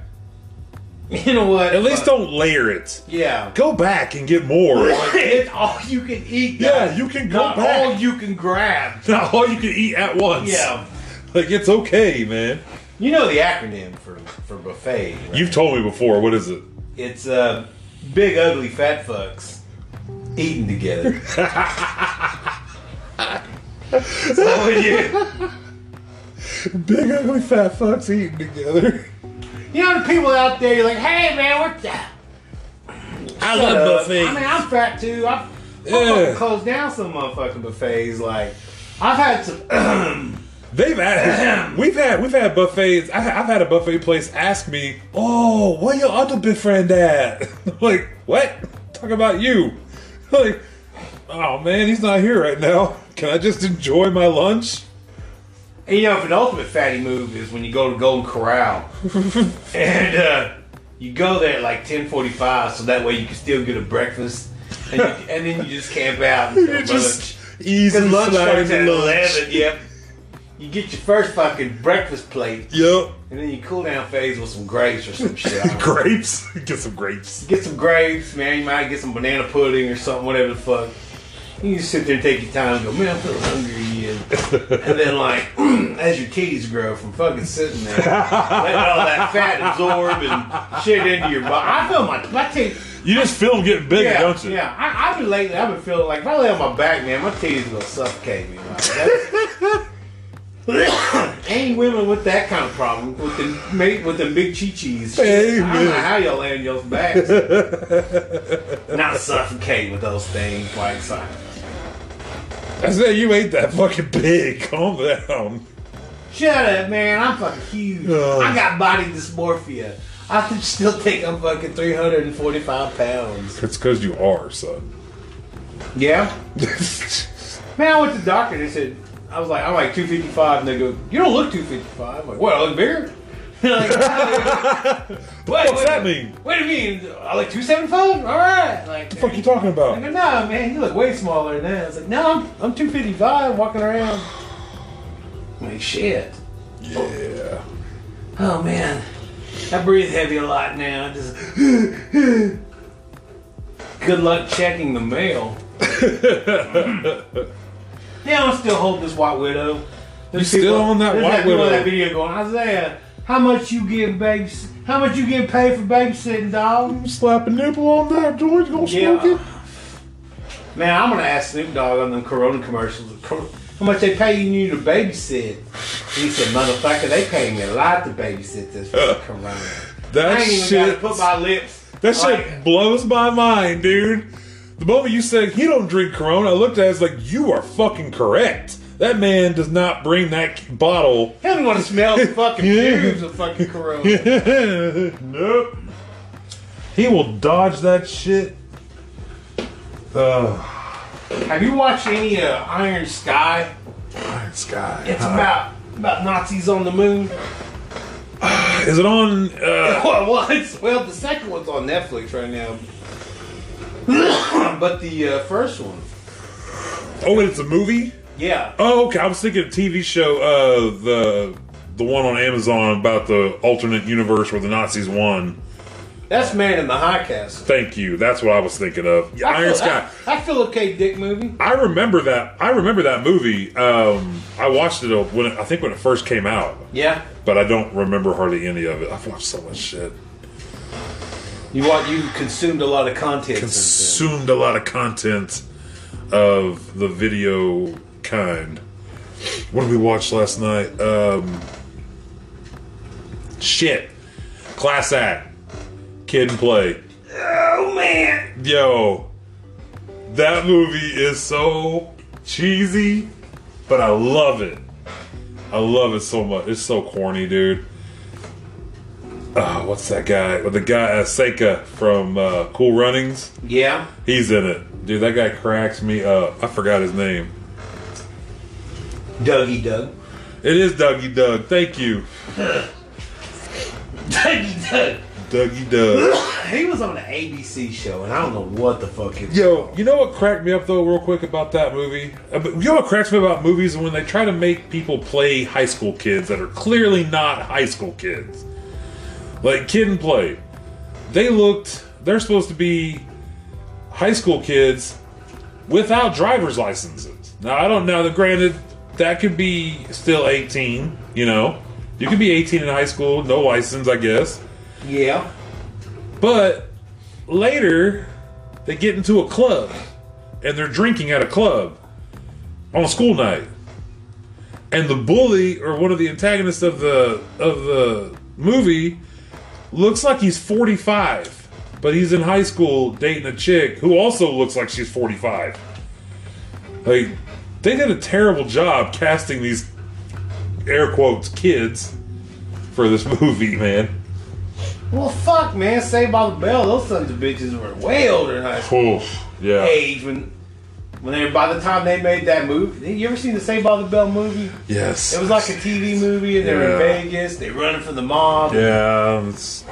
[SPEAKER 2] You know what?
[SPEAKER 1] At least
[SPEAKER 2] Fuck.
[SPEAKER 1] don't layer it. <laughs>
[SPEAKER 2] Yeah.
[SPEAKER 1] Go back and get more. <laughs> Like,
[SPEAKER 2] it's all you can eat.
[SPEAKER 1] Yeah,
[SPEAKER 2] guys.
[SPEAKER 1] you can go
[SPEAKER 2] Not
[SPEAKER 1] back.
[SPEAKER 2] all you can grab.
[SPEAKER 1] not all you can eat at once.
[SPEAKER 2] Yeah.
[SPEAKER 1] Like it's okay, man.
[SPEAKER 2] You know the acronym for for buffet. Right?
[SPEAKER 1] You've told me before. What is it?
[SPEAKER 2] It's uh, big ugly fat fucks
[SPEAKER 1] <laughs>
[SPEAKER 2] eating together. so when you,
[SPEAKER 1] Big ugly fat fucks eating together.
[SPEAKER 2] you know the people out there, you're like, hey man, what the?
[SPEAKER 1] I
[SPEAKER 2] Uh,
[SPEAKER 1] love
[SPEAKER 2] I mean, I'm fat too. I, I
[SPEAKER 1] Yeah.
[SPEAKER 2] fucking closed down some motherfucking buffets. Like, I've had some. <clears throat>
[SPEAKER 1] They've asked. we've had we've had buffets. I, I've had a buffet place ask me, "Oh, where your other big friend at?" <laughs> I'm like, what? Talk about you. <laughs> Like, oh man, he's not here right now. Can I just enjoy my lunch? <laughs>
[SPEAKER 2] And, you know, if an ultimate fatty move is when you go to Golden Corral and uh, you go there at like 10:45, so that way you can still get a breakfast, and, you, and then you just camp
[SPEAKER 1] <laughs>
[SPEAKER 2] out and
[SPEAKER 1] You're
[SPEAKER 2] go
[SPEAKER 1] just easy
[SPEAKER 2] Because lunch starts at
[SPEAKER 1] sliding lunch.
[SPEAKER 2] 11, yep. You get your first fucking breakfast plate,
[SPEAKER 1] Yep.
[SPEAKER 2] and then you cool down phase with some grapes or some shit. <laughs> I don't know.
[SPEAKER 1] Grapes. <laughs> Get some grapes.
[SPEAKER 2] get some grapes, man. You might get some banana pudding or something, whatever the fuck. You just sit there and take your time and go, man, I'm feeling hungry <laughs> again. and then, like, <clears throat> as your titties grow from fucking sitting there, letting all that fat absorb and shit into your body. I feel my, my titties.
[SPEAKER 1] You just feel them getting bigger,
[SPEAKER 2] Yeah,
[SPEAKER 1] don't you?
[SPEAKER 2] yeah. I, I've been lately. I've been feeling like if I lay on my back, man, my titties gonna suffocate me. Like, that's- <coughs> ain't women with that kind of problem with the mate with the big chi chis. I don't know
[SPEAKER 1] Amen.
[SPEAKER 2] how y'all lay on
[SPEAKER 1] <laughs>
[SPEAKER 2] y'all's backs. Not suffocate with those things, like so.
[SPEAKER 1] I said you ain't that fucking big. <laughs> Calm down.
[SPEAKER 2] Shut up, man. I'm fucking huge.
[SPEAKER 1] Ugh.
[SPEAKER 2] I got body dysmorphia. I th- still think I'm fucking 345 pounds.
[SPEAKER 1] It's because you are, son. <laughs>
[SPEAKER 2] Yeah. Man, I went to the doctor. They said I was like I'm like 255, and they go, "You don't look 255." I'm like, "What? I look bigger." <laughs> like,
[SPEAKER 1] <laughs>
[SPEAKER 2] what
[SPEAKER 1] fuck's that mean?
[SPEAKER 2] What do you mean? I look 275? All right. Like,
[SPEAKER 1] What the fuck you talking
[SPEAKER 2] I
[SPEAKER 1] about?
[SPEAKER 2] go, "No, man, you look way smaller than that." I was like, "No, I'm I'm 255, walking around." <sighs> I'm like, shit.
[SPEAKER 1] Yeah.
[SPEAKER 2] Oh man, I breathe heavy a lot now. I just <sighs> good luck checking
[SPEAKER 1] <laughs>
[SPEAKER 2] the mail. yeah, I'm still holding this white widow. There's
[SPEAKER 1] You still
[SPEAKER 2] people-
[SPEAKER 1] on that
[SPEAKER 2] there's
[SPEAKER 1] White
[SPEAKER 2] people in
[SPEAKER 1] Widow?
[SPEAKER 2] That video going Isaiah. How much you get babys? How much you get paid for babysitting, dog?
[SPEAKER 1] Slap a nipple on that, George. Gonna
[SPEAKER 2] Yeah.
[SPEAKER 1] smoke
[SPEAKER 2] Man, I'm gonna ask Snoop Dogg on them Corona commercials cor- how much they paying you to babysit. He said, "Motherfucker, they paying me a lot to
[SPEAKER 1] <laughs>
[SPEAKER 2] babysit this fucking
[SPEAKER 1] it.
[SPEAKER 2] Corona. I
[SPEAKER 1] That
[SPEAKER 2] ain't even gotta
[SPEAKER 1] shit.
[SPEAKER 2] put my lips.
[SPEAKER 1] That shit
[SPEAKER 2] like-
[SPEAKER 1] blows my mind, dude. The moment you said he don't drink Corona, I looked at it, I was like, you are fucking correct. That man does not bring that bottle. <laughs>
[SPEAKER 2] He don't want to smell the fucking fumes of fucking Corona.
[SPEAKER 1] nope. He will dodge that shit. Uh,
[SPEAKER 2] Have you watched any uh, Iron Sky?
[SPEAKER 1] Iron Sky.
[SPEAKER 2] It's about about Nazis on the moon. <laughs>
[SPEAKER 1] Is it on? Uh,
[SPEAKER 2] Well, well, it's- well, the second one's on Netflix right now, <coughs> but the uh, first one,
[SPEAKER 1] oh, wait, it's a movie.
[SPEAKER 2] yeah,
[SPEAKER 1] Oh, okay. I was thinking of TV show. Uh, the the one on Amazon about the alternate universe where the Nazis won.
[SPEAKER 2] that's Man in the High Castle.
[SPEAKER 1] Thank you. That's what I was thinking of.
[SPEAKER 2] I
[SPEAKER 1] Iron
[SPEAKER 2] feel-
[SPEAKER 1] Sky.
[SPEAKER 2] That, that Philip K. Dick movie.
[SPEAKER 1] I remember that. I remember that movie. Um, I watched it when it, I think when it first came out,
[SPEAKER 2] Yeah,
[SPEAKER 1] but I don't remember hardly any of it. I've watched so much shit,
[SPEAKER 2] you want you consumed a lot of content. since
[SPEAKER 1] consumed a lot of content of the video kind. What did we watch last night? Um, shit, class act, kid and play.
[SPEAKER 2] then. Oh man,
[SPEAKER 1] Yo, that movie is so cheesy, but I love it. I love it so much. It's so corny, dude. Uh, what's that guy? Well, the guy uh, Seika from uh, Cool Runnings.
[SPEAKER 2] yeah,
[SPEAKER 1] He's in it, dude. That guy cracks me up. I forgot his name.
[SPEAKER 2] Dougie Doug,
[SPEAKER 1] It is Dougie Doug. Thank you,
[SPEAKER 2] <laughs> Dougie Doug.
[SPEAKER 1] Dougie Doug.
[SPEAKER 2] <coughs> He was on the ABC show, and I don't know what the fuck it.
[SPEAKER 1] Yo, you know what cracked me up though, real quick about that movie? Uh, but You know what cracks me about movies is when they try to make people play high school kids that are clearly not high school kids. Like kid and play, they looked. They're supposed to be high school kids without driver's licenses. Now I don't know. That granted, that could be still eighteen. You know, you could be eighteen in high school, no license, I guess.
[SPEAKER 2] Yeah,
[SPEAKER 1] But later, they get into a club and they're drinking at a club on school night. And the bully or one of the antagonists of the of the movie looks like he's 45, but he's in high school dating a chick who also looks like she's 45. Like they did a terrible job casting these air quotes kids for this <laughs> movie, man.
[SPEAKER 2] well, fuck, man, Saved by the Bell. Those sons of bitches were way older than us.
[SPEAKER 1] Oof, yeah.
[SPEAKER 2] age when when they by the time they made that movie. You ever seen the Saved by the Bell movie?
[SPEAKER 1] Yes.
[SPEAKER 2] It was like a TV movie, and they were in
[SPEAKER 1] Yeah.
[SPEAKER 2] Vegas. They running from the mob.
[SPEAKER 1] Yeah, it's,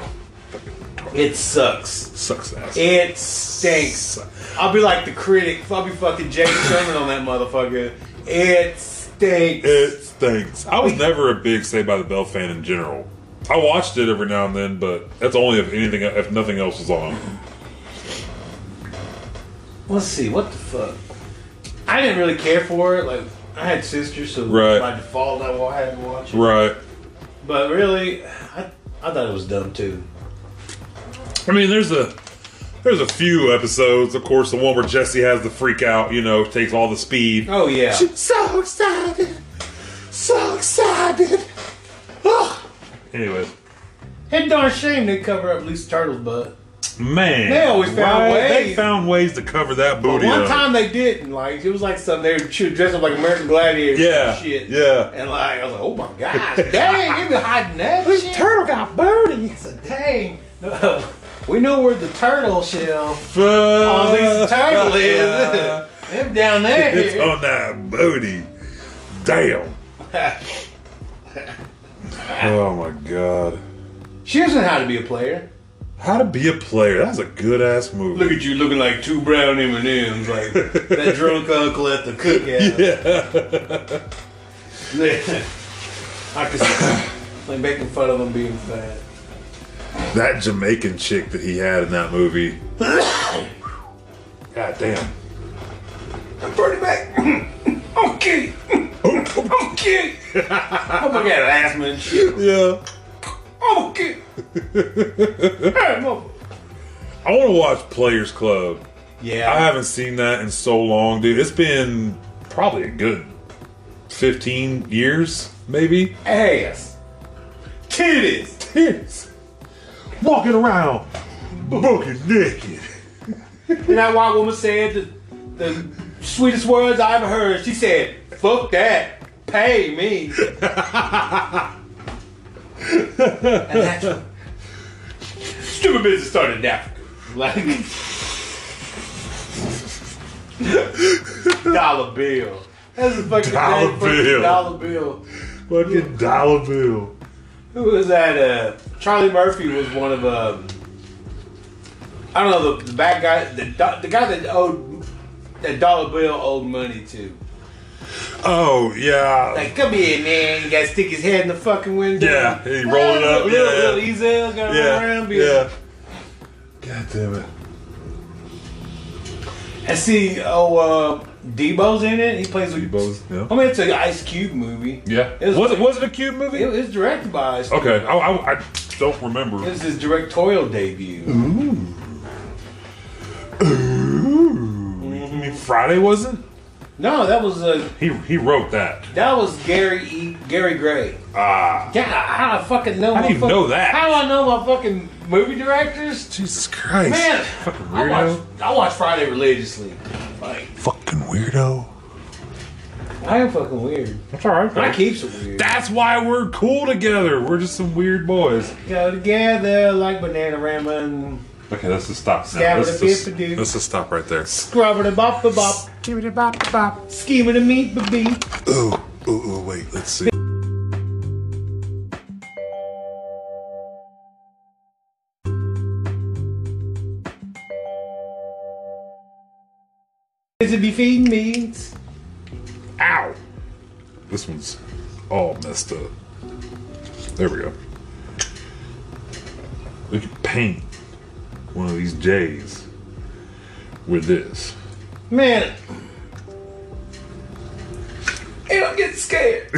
[SPEAKER 2] It sucks.
[SPEAKER 1] sucks ass.
[SPEAKER 2] It stinks. I'll be like the critic. I'll be fucking Jay Sherman on that motherfucker. It stinks.
[SPEAKER 1] It stinks. I was never a big Saved by the Bell fan in general. I watched it every now and then, but that's only if anything, if nothing else was on.
[SPEAKER 2] Let's see what the fuck. I didn't really care for it. Like I had sisters, so
[SPEAKER 1] Right.
[SPEAKER 2] by default I wa- I had to watch it.
[SPEAKER 1] Right.
[SPEAKER 2] But really, I, I thought it was dumb too.
[SPEAKER 1] I mean, there's a there's a few episodes. Of course, the one where Jesse has the freak out. You know, takes all the speed.
[SPEAKER 2] Oh yeah.
[SPEAKER 1] so excited. So excited. Ugh. Anyways,
[SPEAKER 2] Head darn shame they cover up Lisa Turtle's butt.
[SPEAKER 1] man,
[SPEAKER 2] They always found
[SPEAKER 1] why- They
[SPEAKER 2] ways.
[SPEAKER 1] found ways to cover that
[SPEAKER 2] But
[SPEAKER 1] booty.
[SPEAKER 2] one
[SPEAKER 1] up.
[SPEAKER 2] time they didn't. Like it was like something they were she was dressed up like American Gladiator.
[SPEAKER 1] yeah,
[SPEAKER 2] and shit.
[SPEAKER 1] yeah.
[SPEAKER 2] And like I was like, oh my gosh, <laughs> dang, they been hiding that shit.
[SPEAKER 1] turtle got booty.
[SPEAKER 2] So, dang. <laughs> we know where the turtle shell on Lisa
[SPEAKER 1] Fuck.
[SPEAKER 2] Turtle is. Them down there.
[SPEAKER 1] <laughs> it's uh, on that booty. Damn. oh my god.
[SPEAKER 2] She doesn't know how to be a player.
[SPEAKER 1] How to be a player? That's a good ass movie.
[SPEAKER 2] at you looking like two brown M and M's, like that drunk uncle at the cookout.
[SPEAKER 1] <laughs>
[SPEAKER 2] <laughs> Yeah. I could see, like making fun of him being fat.
[SPEAKER 1] That Jamaican chick that he had in that movie. god damn.
[SPEAKER 2] I'm turning <clears throat> back. <clears throat> okay. okay. I'm gonna get Oh asthma and shit.
[SPEAKER 1] Yeah.
[SPEAKER 2] Hey, mother-
[SPEAKER 1] I want to watch Players Club. I
[SPEAKER 2] yeah.
[SPEAKER 1] haven't seen that in so long, dude. It's been probably a good 15 years, maybe.
[SPEAKER 2] ass. Titties.
[SPEAKER 1] Tits. Walking around, broken naked.
[SPEAKER 2] And that white woman said the, the sweetest words I ever heard. She said, fuck that. Pay me. and that's stupid business started in Africa. Like dollar bill. That's a fucking
[SPEAKER 1] Dollar
[SPEAKER 2] name for a
[SPEAKER 1] bill.
[SPEAKER 2] Dollar bill.
[SPEAKER 1] Fucking dollar bill.
[SPEAKER 2] Who was that? Uh, Charlie Murphy was one of um, I don't know the, the bad guy, the do- the guy that owed that dollar bill owed money to.
[SPEAKER 1] Oh, yeah.
[SPEAKER 2] Like, come here, man! You got to stick his head in the fucking window.
[SPEAKER 1] Yeah, he roll it up,
[SPEAKER 2] Little,
[SPEAKER 1] yeah.
[SPEAKER 2] little Ezel gonna run around.
[SPEAKER 1] Yeah.
[SPEAKER 2] and Be
[SPEAKER 1] Yeah. God damn it.
[SPEAKER 2] Like, and see, oh, uh, Debo's in it. He plays with.
[SPEAKER 1] Debo's, yeah.
[SPEAKER 2] I mean, it's an Ice Cube movie.
[SPEAKER 1] Yeah.
[SPEAKER 2] It was,
[SPEAKER 1] Was Oh, it, was it a cute movie?
[SPEAKER 2] it was directed by Ice. Cube.
[SPEAKER 1] Okay, I, I, I don't remember.
[SPEAKER 2] It was his directorial debut.
[SPEAKER 1] I mean, Friday wasn't?
[SPEAKER 2] No, that was uh,
[SPEAKER 1] He he wrote that.
[SPEAKER 2] that was Gary e, Gary Gray.
[SPEAKER 1] Ah,
[SPEAKER 2] Yeah, how do I fucking know?
[SPEAKER 1] I didn't
[SPEAKER 2] my
[SPEAKER 1] even know
[SPEAKER 2] fuck-
[SPEAKER 1] that.
[SPEAKER 2] How do I know my fucking movie directors?
[SPEAKER 1] Jesus Christ!
[SPEAKER 2] Man,
[SPEAKER 1] fucking
[SPEAKER 2] I watch,
[SPEAKER 1] weirdo.
[SPEAKER 2] I watch Friday religiously. Like,
[SPEAKER 1] Fucking weirdo.
[SPEAKER 2] I am fucking weird.
[SPEAKER 1] That's all right.
[SPEAKER 2] My
[SPEAKER 1] though.
[SPEAKER 2] keeps are weird.
[SPEAKER 1] That's why we're cool together. We're just some weird boys.
[SPEAKER 2] Go together like banana rama and
[SPEAKER 1] Okay, let's just stop. now.
[SPEAKER 2] Stab it
[SPEAKER 1] Let's
[SPEAKER 2] a bit
[SPEAKER 1] just-
[SPEAKER 2] for dude.
[SPEAKER 1] let's just stop right there.
[SPEAKER 2] scrubbing a bop a bop,
[SPEAKER 1] Give it a bop, bop.
[SPEAKER 2] scheming a meat ba bee.
[SPEAKER 1] Ooh, ooh, ooh, wait. Let's see.
[SPEAKER 2] Is it be feeding me?
[SPEAKER 1] Ow! This one's all messed up. There we go. We could paint one of these J's with this. <laughs>
[SPEAKER 2] Man. And I'm getting scared. <laughs>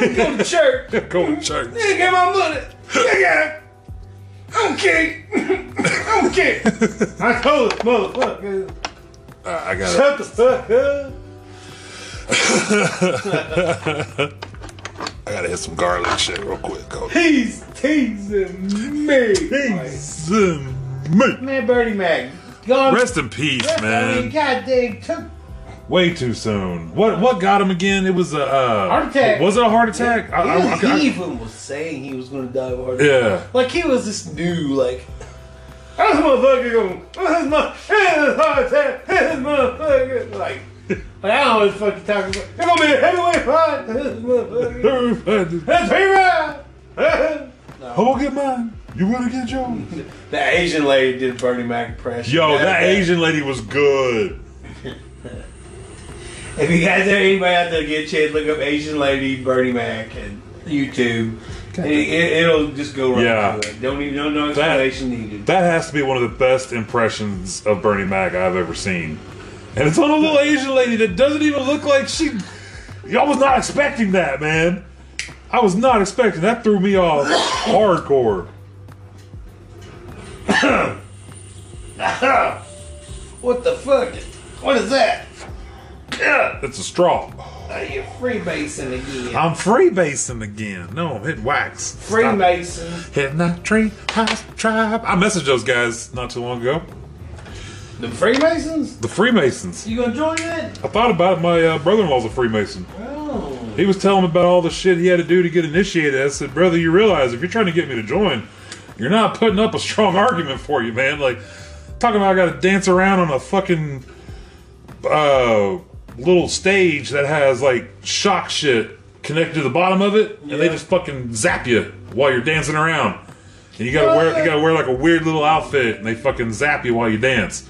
[SPEAKER 2] I'm going to church. They
[SPEAKER 1] Go to church.
[SPEAKER 2] ain't get my money. They got Okay. Okay. I told this motherfucker. <laughs>
[SPEAKER 1] I I got it.
[SPEAKER 2] Shut the fuck up.
[SPEAKER 1] I gotta hit some garlic shit real quick. Go.
[SPEAKER 2] He's teasing me.
[SPEAKER 1] Mate.
[SPEAKER 2] Man, Birdie Mac. Gone.
[SPEAKER 1] Rest in peace,
[SPEAKER 2] I mean,
[SPEAKER 1] man.
[SPEAKER 2] goddamn, took
[SPEAKER 1] Way too soon. What what got him again? It was a uh,
[SPEAKER 2] Heart attack.
[SPEAKER 1] Was it a heart attack? I- I-
[SPEAKER 2] He,
[SPEAKER 1] I- I-
[SPEAKER 2] even was saying he was gonna die of heart attack.
[SPEAKER 1] yeah.
[SPEAKER 2] Like he was this new, like I was motherfucker going, this my this heart attack, this motherfucker like like I don't know what the fuck you're talking about. You're gonna be a heavyweight fight, <laughs> this motherfucker. That's me,
[SPEAKER 1] I will get mine. You wanna get yours?
[SPEAKER 2] That Asian lady did Bernie Mac impression.
[SPEAKER 1] Yo, that Asian lady was good.
[SPEAKER 2] If you guys there, anybody out there get a chance, look up Asian Lady Bernie Mac and YouTube. It, it, will just go right
[SPEAKER 1] Yeah.
[SPEAKER 2] to it. Don't even don't no explanation needed.
[SPEAKER 1] That has to be one of the best impressions of Bernie Mac I've ever seen. And it's on a little Asian lady that doesn't even look like she. I was not expecting that, man. I was not expecting that. Threw me off hardcore.
[SPEAKER 2] What the fuck? What is that?
[SPEAKER 1] It's a straw.
[SPEAKER 2] Are you freemason again?
[SPEAKER 1] I'm freebasing again. No, I'm hitting wax. Stop
[SPEAKER 2] Freemason.
[SPEAKER 1] Hitting that tree house tribe. I messaged those guys not too long ago.
[SPEAKER 2] The Freemasons?
[SPEAKER 1] The Freemasons.
[SPEAKER 2] You gonna join that?
[SPEAKER 1] I thought about it. My uh, brother-in-law's a Freemason.
[SPEAKER 2] Oh.
[SPEAKER 1] He was telling me about all the shit he had to do to get initiated. I said, brother, you realize if you're trying to get me to join, you're not putting up a strong <laughs> argument for you, man. Like, talking about I got to dance around on a fucking uh, little stage that has like shock shit connected to the bottom of it, and they
[SPEAKER 2] Yeah.
[SPEAKER 1] just fucking zap you while you're dancing around. And you gotta wear you gotta wear like a weird little outfit, and they fucking zap you while you dance.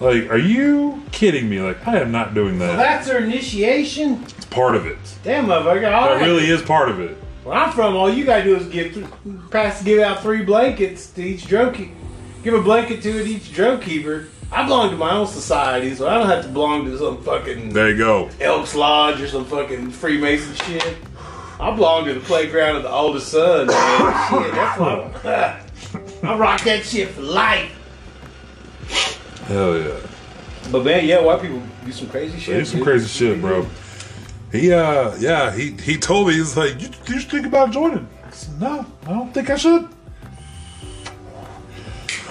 [SPEAKER 1] Like, are you kidding me? Like, I am not doing that.
[SPEAKER 2] That's her initiation?
[SPEAKER 1] It's part of it.
[SPEAKER 2] Damn motherfucker. All
[SPEAKER 1] That
[SPEAKER 2] right.
[SPEAKER 1] really is part of it.
[SPEAKER 2] Where I'm from, all you gotta do is give th- pass give out three blankets to each drug keeper. Give a blanket to each drug keeper. I belong to my own society, so I don't have to belong to some fucking
[SPEAKER 1] There you go.
[SPEAKER 2] Elks Lodge or some fucking Freemason shit. I belong to the playground of the oldest son, man. shit, that's what <laughs> I, I rock that shit for life.
[SPEAKER 1] Hell yeah.
[SPEAKER 2] But man, yeah, white people do some crazy shit.
[SPEAKER 1] They do some
[SPEAKER 2] dude.
[SPEAKER 1] crazy shit, bro. He uh yeah, he he told me he's like, you, you should think about joining. I said, no, I don't think I should.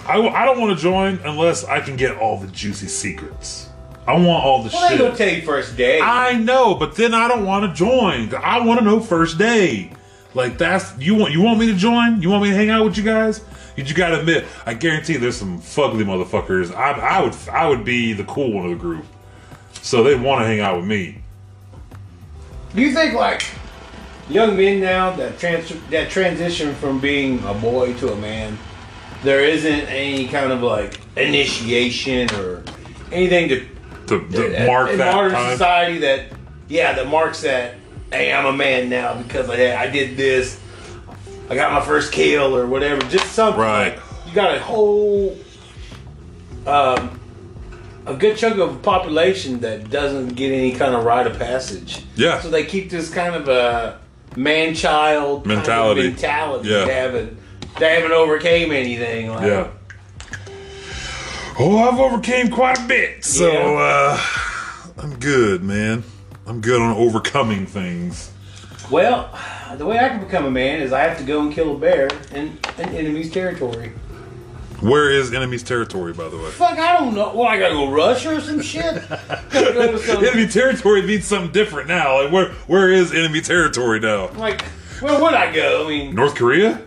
[SPEAKER 1] I, w- I don't want to join unless I can get all the juicy secrets. I want all the
[SPEAKER 2] Well, they ain't gonna
[SPEAKER 1] shit.
[SPEAKER 2] tell you first day.
[SPEAKER 1] I know, but then I don't want to join. I want to know first day. Like that's you want you want me to join? You want me to hang out with you guys? You, you gotta admit, I guarantee there's some fugly motherfuckers. I, I would I would be the cool one of the group, so they want to hang out with me.
[SPEAKER 2] Do you think like young men now that trans that transition from being a boy to a man, there isn't any kind of like initiation or anything to
[SPEAKER 1] To, to mark
[SPEAKER 2] in
[SPEAKER 1] that
[SPEAKER 2] modern
[SPEAKER 1] time.
[SPEAKER 2] society that yeah that marks that hey I'm a man now because I had, I did this, I got my first kill or whatever, just something.
[SPEAKER 1] Right.
[SPEAKER 2] You got a whole um, a good chunk of population that doesn't get any kind of rite of passage.
[SPEAKER 1] Yeah.
[SPEAKER 2] So they keep this kind of a man child
[SPEAKER 1] Mentality.
[SPEAKER 2] mentality.
[SPEAKER 1] Yeah.
[SPEAKER 2] They haven't they haven't overcame anything. Like,
[SPEAKER 1] Yeah. Oh, I've overcame quite a bit, so uh, I'm good, man. I'm good on overcoming things.
[SPEAKER 2] Well, the way I can become a man is I have to go and kill a bear in an enemy's territory.
[SPEAKER 1] Where is enemy's territory, by the way?
[SPEAKER 2] Fuck, I don't know. Well, I gotta go Russia or some shit. Gotta go to some-
[SPEAKER 1] <laughs> enemy territory means something different now. Like where where is enemy territory now?
[SPEAKER 2] like, where would I go? I mean,
[SPEAKER 1] North Korea?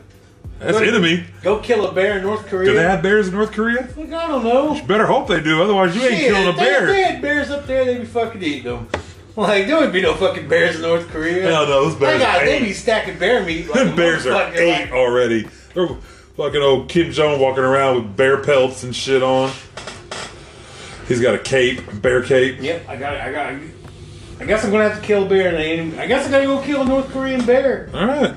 [SPEAKER 1] That's
[SPEAKER 2] Go-
[SPEAKER 1] enemy.
[SPEAKER 2] go kill a bear in North Korea.
[SPEAKER 1] Do they have bears in North Korea?
[SPEAKER 2] Fuck, I don't know.
[SPEAKER 1] Better hope they do, otherwise you ain't
[SPEAKER 2] Shit,
[SPEAKER 1] killing a
[SPEAKER 2] if they, if they
[SPEAKER 1] bear.
[SPEAKER 2] had bears up there, they'd be fucking eating them. Like, there would be no fucking bears in North Korea.
[SPEAKER 1] Hell no, those bears
[SPEAKER 2] They got,
[SPEAKER 1] are
[SPEAKER 2] they'd be
[SPEAKER 1] eight.
[SPEAKER 2] stacking bear meat.
[SPEAKER 1] <laughs>
[SPEAKER 2] Like
[SPEAKER 1] Them bears are
[SPEAKER 2] motherfucker,
[SPEAKER 1] eight
[SPEAKER 2] like-
[SPEAKER 1] already. They're fucking old Kim Jong walking around with bear pelts and shit on. He's got a cape, bear cape.
[SPEAKER 2] Yep, I got it. I got it. I guess I'm gonna have to kill a bear, and I, ain't- I guess I gotta go kill a North Korean bear,
[SPEAKER 1] All right.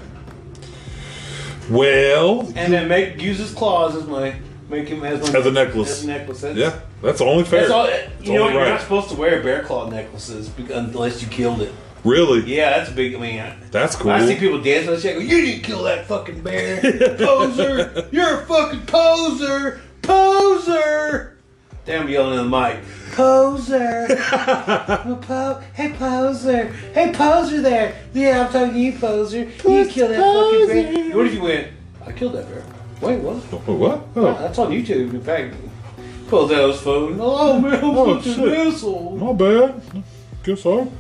[SPEAKER 1] Well,
[SPEAKER 2] and then make use his claws as my make him as my
[SPEAKER 1] As a necklace.
[SPEAKER 2] As a necklace. That's-
[SPEAKER 1] yeah, that's only fair.
[SPEAKER 2] That's all. You know,
[SPEAKER 1] only
[SPEAKER 2] you're
[SPEAKER 1] right.
[SPEAKER 2] not supposed to wear bear claw necklaces be- unless you killed it.
[SPEAKER 1] really?
[SPEAKER 2] Yeah, that's big. I mean, I,
[SPEAKER 1] That's cool.
[SPEAKER 2] I see people dancing on the shit. I Go, you didn't kill that fucking
[SPEAKER 1] <laughs>
[SPEAKER 2] bear, poser! You're a fucking poser, poser! Damn, yelling in the mic,
[SPEAKER 1] <laughs>
[SPEAKER 2] poser! Oh, po- hey poser, hey poser there! Yeah, I'm talking to you, poser. you killed that fucking bear. What if you went? I killed that bear. Wait, what?
[SPEAKER 1] Wait, what?
[SPEAKER 2] Oh,
[SPEAKER 1] Oh,
[SPEAKER 2] that's on YouTube. In fact, pulls out his phone. Oh man, I'm
[SPEAKER 1] Oh,
[SPEAKER 2] such an
[SPEAKER 1] shit.
[SPEAKER 2] asshole.
[SPEAKER 1] my bad. Guess so.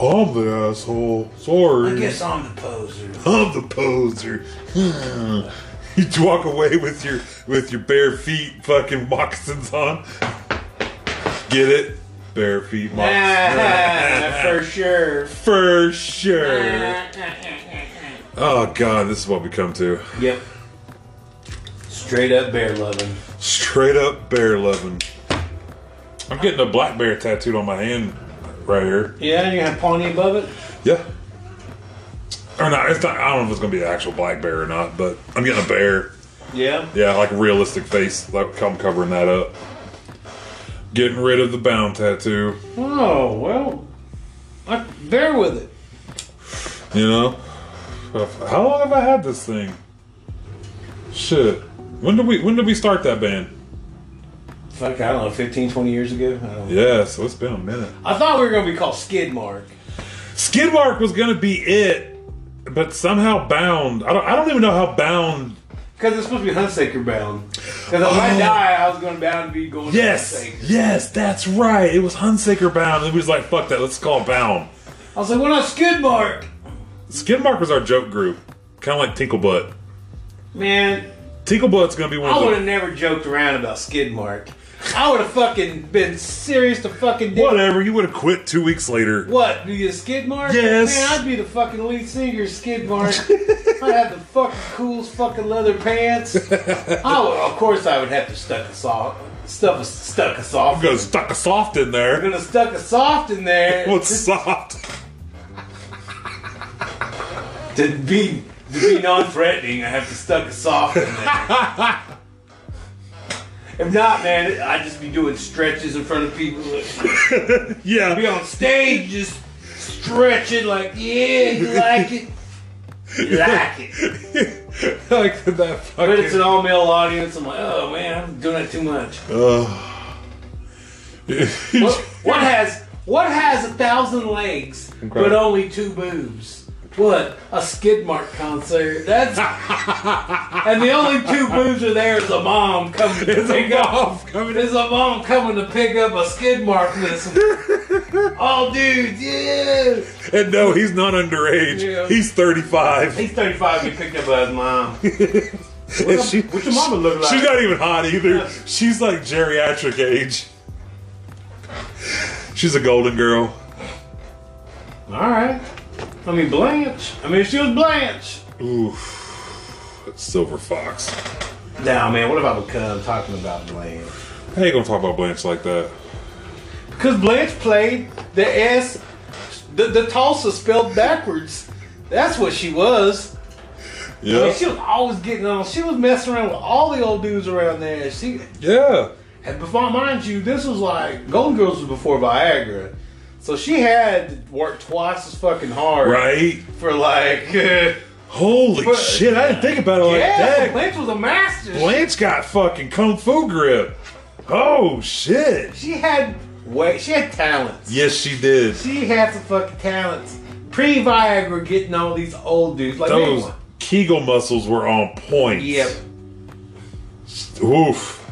[SPEAKER 1] I'm the asshole. Sorry.
[SPEAKER 2] I guess I'm the poser.
[SPEAKER 1] I'm the poser. <laughs> you walk away with your with your bare feet, fucking moccasins on. Get it? Bare feet
[SPEAKER 2] <laughs>
[SPEAKER 1] moccasins.
[SPEAKER 2] Ah, for sure.
[SPEAKER 1] For sure. Oh god, this is what we come to.
[SPEAKER 2] Yep. Straight up bear loving.
[SPEAKER 1] Straight up bear loving. I'm getting a black bear tattooed on my hand right here.
[SPEAKER 2] Yeah, and you have Pawnee above it.
[SPEAKER 1] Yeah. Or not, it's not I don't know if it's gonna be an actual black bear or not, but I'm getting a bear.
[SPEAKER 2] Yeah.
[SPEAKER 1] Yeah, like a realistic face. Like I'm covering that up. Getting rid of the bound tattoo.
[SPEAKER 2] Oh well, I bear with it.
[SPEAKER 1] You know? How long have I had this thing? Shit. When did we when did we start that band?
[SPEAKER 2] Fuck, I don't know, 15, 20 years ago. I, don't know.
[SPEAKER 1] Yeah, so it's been a minute.
[SPEAKER 2] I thought we were gonna be called Skidmark.
[SPEAKER 1] Skidmark was gonna be it, but somehow bound. I don't. I don't even know how bound.
[SPEAKER 2] Cause it's supposed to be Hunsaker bound. Cause if I
[SPEAKER 1] Oh.
[SPEAKER 2] die, I was gonna bound be going to
[SPEAKER 1] Yes,
[SPEAKER 2] Hunsaker.
[SPEAKER 1] yes, that's right. It was Hunsaker bound, and we was like, "Fuck that, let's call it bound."
[SPEAKER 2] I was like, what not Skidmark?
[SPEAKER 1] Skidmark was our joke group, kind of like Tinklebutt.
[SPEAKER 2] Man,
[SPEAKER 1] Tinklebutt's gonna be one
[SPEAKER 2] I
[SPEAKER 1] of
[SPEAKER 2] would have
[SPEAKER 1] the
[SPEAKER 2] never joked around about Skidmark. I would have fucking been serious to fucking dick.
[SPEAKER 1] whatever. You would have quit two weeks later.
[SPEAKER 2] What? Be a Skidmark?
[SPEAKER 1] Yes.
[SPEAKER 2] Man, I'd be the fucking lead singer
[SPEAKER 1] <laughs>
[SPEAKER 2] of Skidmark. I'd have the fucking coolest fucking leather pants. I would, of course, I would have to stuck a soft, stuff a stuck a soft.
[SPEAKER 1] I'm gonna stuck a soft in there.
[SPEAKER 2] gonna stuck a soft in
[SPEAKER 1] <laughs>
[SPEAKER 2] there
[SPEAKER 1] What's soft?
[SPEAKER 2] to be to be non-threatening. I have to stuck a soft in there.
[SPEAKER 1] <laughs>
[SPEAKER 2] If not, man, I'd just be doing stretches in front of people.
[SPEAKER 1] Yeah,
[SPEAKER 2] be on stage just stretching like, yeah, you like it. You like <laughs> it.
[SPEAKER 1] like <laughs> that fucking.
[SPEAKER 2] But it's an all male audience. I'm like, oh man, I'm doing it too much. What, what has what has a thousand legs but
[SPEAKER 1] Incredible.
[SPEAKER 2] only two boobs? What a Skidmark concert! <laughs> That's and the only two boobs are there is a mom coming to pick up. There's a mom coming to pick up a Skidmark listen. <laughs> All dudes, yeah.
[SPEAKER 1] and no, he's not underage.
[SPEAKER 2] Yeah.
[SPEAKER 1] He's 35.
[SPEAKER 2] He's 35. He picked up by his mom.
[SPEAKER 1] And <laughs> she-
[SPEAKER 2] What's your mama look like?
[SPEAKER 1] She's not even hot either. She's like geriatric age. She's a golden girl.
[SPEAKER 2] All right. I mean Blanche. I mean she was Blanche.
[SPEAKER 1] Oof. Silver Fox.
[SPEAKER 2] Now, man, what have I become talking about Blanche?
[SPEAKER 1] I ain't gonna talk about Blanche like that.
[SPEAKER 2] Because Blanche played the S, the, the Tulsa spelled backwards. That's what she was. I mean,
[SPEAKER 1] Yeah.
[SPEAKER 2] she was always getting on. She was messing around with all the old dudes around there. She,
[SPEAKER 1] Yeah.
[SPEAKER 2] and before, mind you, this was like Golden Girls was before Viagra, so she had worked twice as fucking hard
[SPEAKER 1] Right?
[SPEAKER 2] for like. <laughs> yeah,
[SPEAKER 1] Holy
[SPEAKER 2] But-
[SPEAKER 1] shit, I didn't think about it like that.
[SPEAKER 2] Blanche was a master.
[SPEAKER 1] Blanche got fucking kung fu grip. Oh shit.
[SPEAKER 2] She had way. She had talents.
[SPEAKER 1] Yes, she did.
[SPEAKER 2] She had some fucking talents. Pre Viagra, getting all these old dudes like
[SPEAKER 1] Those
[SPEAKER 2] man,
[SPEAKER 1] Kegel muscles were on point.
[SPEAKER 2] Yep.
[SPEAKER 1] Oof.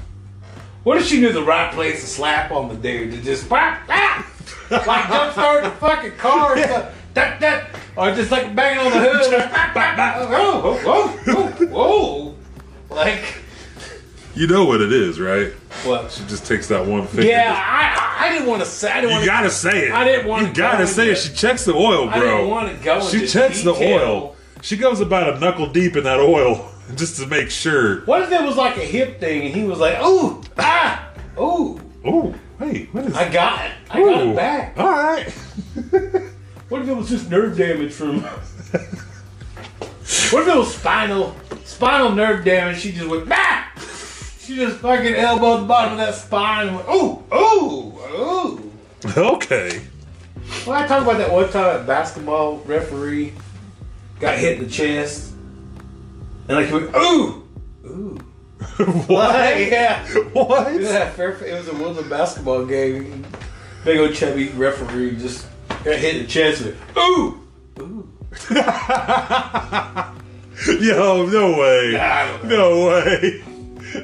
[SPEAKER 2] What if she knew the right place to slap on the dude to just bah, ah, like jump start the fucking car, and stuff, that that, or just like banging on the hood, like, bah, bah, bah, oh, oh, oh, oh, oh, like
[SPEAKER 1] You know what it is, right? <laughs>
[SPEAKER 2] what?
[SPEAKER 1] It just takes that one finger.
[SPEAKER 2] Yeah, I I, I didn't want to say, I didn't
[SPEAKER 1] You
[SPEAKER 2] want
[SPEAKER 1] gotta say it.
[SPEAKER 2] I didn't wanna
[SPEAKER 1] You gotta
[SPEAKER 2] go
[SPEAKER 1] say it.
[SPEAKER 2] into-
[SPEAKER 1] She checks the oil, bro.
[SPEAKER 2] I didn't wanna go
[SPEAKER 1] She
[SPEAKER 2] into
[SPEAKER 1] checks the
[SPEAKER 2] detail.
[SPEAKER 1] oil. She goes about a knuckle deep in that oil <laughs> just to make sure.
[SPEAKER 2] What if it was like a hip thing and he was like, ooh, ah, ooh,
[SPEAKER 1] Oh, hey, what is
[SPEAKER 2] I got it, I got
[SPEAKER 1] Ooh.
[SPEAKER 2] it back.
[SPEAKER 1] All right.
[SPEAKER 2] What if it was just nerve damage from? <laughs> what if it was spinal, spinal nerve damage? She just went back. She just fucking elbowed the bottom of that spine. And went, ooh, ooh, ooh.
[SPEAKER 1] Okay.
[SPEAKER 2] Well, I talked about that one time a basketball referee got hit in the chest, and like he went, ooh, <laughs> ooh.
[SPEAKER 1] <laughs> what?
[SPEAKER 2] yeah.
[SPEAKER 1] What?
[SPEAKER 2] <laughs> Yeah, fair, it was a Wilson basketball game. Big old chubby referee just got hit in the chest with, ooh, ooh.
[SPEAKER 1] Yo, no way.
[SPEAKER 2] I don't know.
[SPEAKER 1] No way.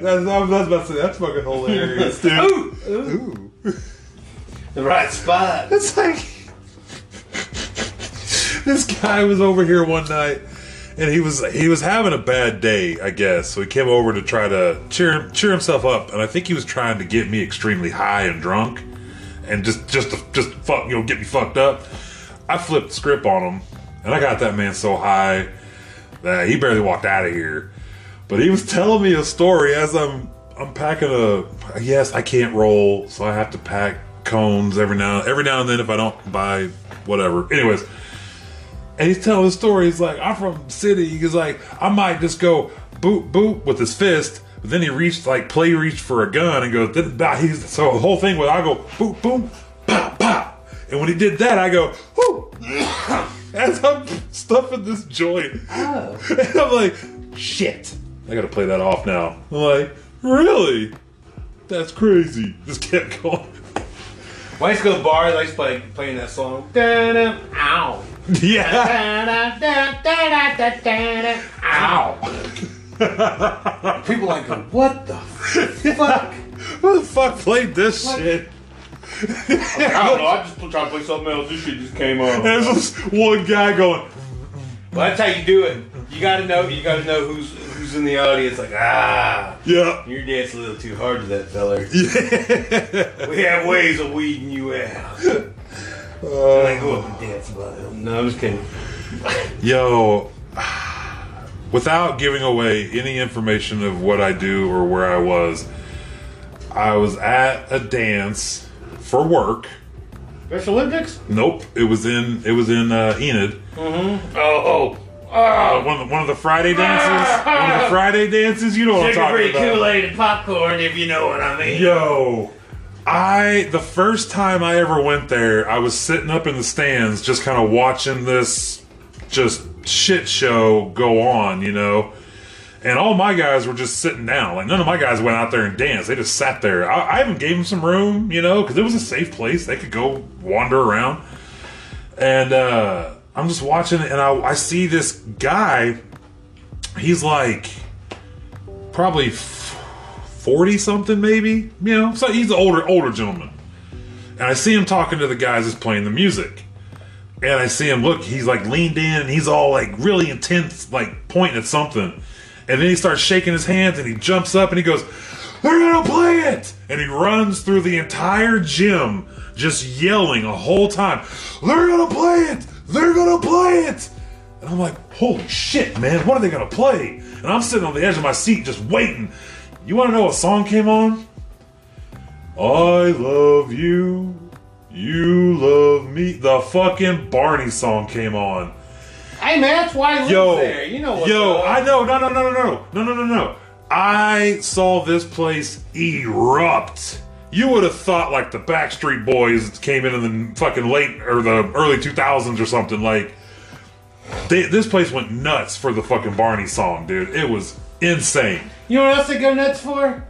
[SPEAKER 1] That's, I was about to say that's fucking hilarious, dude.
[SPEAKER 2] Ooh, ooh.
[SPEAKER 1] Ooh.
[SPEAKER 2] The right spot.
[SPEAKER 1] It's like this guy was over here one night, and he was he was having a bad day, I guess. So he came over to try to cheer cheer himself up, and I think he was trying to get me extremely high and drunk, and just just to, just to fuck you know get me fucked up. I flipped the script on him, and I got that man so high that he barely walked out of here. But he was telling me a story as I'm I'm packing a yes, I can't roll, so I have to pack cones every now every now and then if I don't buy whatever. Anyways, and he's telling the story, he's like, I'm from the city. He's like, I might just go boop boop with his fist. But then he reached like play reach for a gun and goes, "Th- bah," he's so the whole thing was I go boop boom, pop pop. And when he did that, I go, whoo <laughs> as I'm stuffing this joint. And <laughs> I'm like, shit. I gotta play that off now. I'm like, really? That's crazy. Just kept going. <laughs>
[SPEAKER 2] When I used to go to bars, I used to play playing that song. Da-da, ow.
[SPEAKER 1] yeah.
[SPEAKER 2] Da-da, da, da-da, da, da-da, ow. People like, go, what the fuck?
[SPEAKER 1] Who the fuck played this shit?
[SPEAKER 2] I don't know. I just tried to play something else. This shit just came on.
[SPEAKER 1] There's this one guy going,
[SPEAKER 2] But that's how you do it. You gotta know. You gotta know who's who's in the audience. Like, ah,
[SPEAKER 1] yeah.
[SPEAKER 2] you're dancing a little too hard to
[SPEAKER 1] <laughs>
[SPEAKER 2] that feller. we have ways of weeding you out.
[SPEAKER 1] Uh,
[SPEAKER 2] I go up and dance about him. No, I'm just kidding.
[SPEAKER 1] Yo, without giving away any information of what I do or where I was, I was at a dance for work.
[SPEAKER 2] Special Olympics.
[SPEAKER 1] Nope, it was in it was in uh, Enid.
[SPEAKER 2] Oh, oh, oh.
[SPEAKER 1] Uh, one of the, one of the Friday dances. one of the Friday dances. You know what I'm
[SPEAKER 2] Sugar
[SPEAKER 1] talking
[SPEAKER 2] free
[SPEAKER 1] about.
[SPEAKER 2] Kool Aid and popcorn, if you know what I mean.
[SPEAKER 1] Yo, I the first time I ever went there, I was sitting up in the stands just kind of watching this just shit show go on, you know. And all my guys were just sitting down. Like none of my guys went out there and danced. They just sat there. I, I even gave them some room, you know, because it was a safe place. They could go wander around. And uh, I'm just watching, it, and I, I see this guy. He's like probably forty something, maybe. You know, so he's an older older gentleman. And I see him talking to the guys that's playing the music. And I see him look, he's like leaned in and he's all like really intense, like pointing at something. And then he starts shaking his hands and he jumps up and he goes, They're gonna play it! And he runs through the entire gym just yelling a whole time, They're gonna play it! They're gonna play it! And I'm like, Holy shit, man, what are they gonna play? And I'm sitting on the edge of my seat just waiting. You wanna know what song came on? I love you. You love me. The fucking Barney song came on.
[SPEAKER 2] Hey man, that's why I live
[SPEAKER 1] Yo,
[SPEAKER 2] there. You know what's
[SPEAKER 1] yo,
[SPEAKER 2] up.
[SPEAKER 1] I know. No, no, no, no, no, no, no, no, no. I saw this place erupt. You would have thought like the Backstreet Boys came in in the fucking late or the early 2000s or something. Like, they, this place went nuts for the fucking Barney song, dude. It was insane.
[SPEAKER 2] You know what else they go nuts for?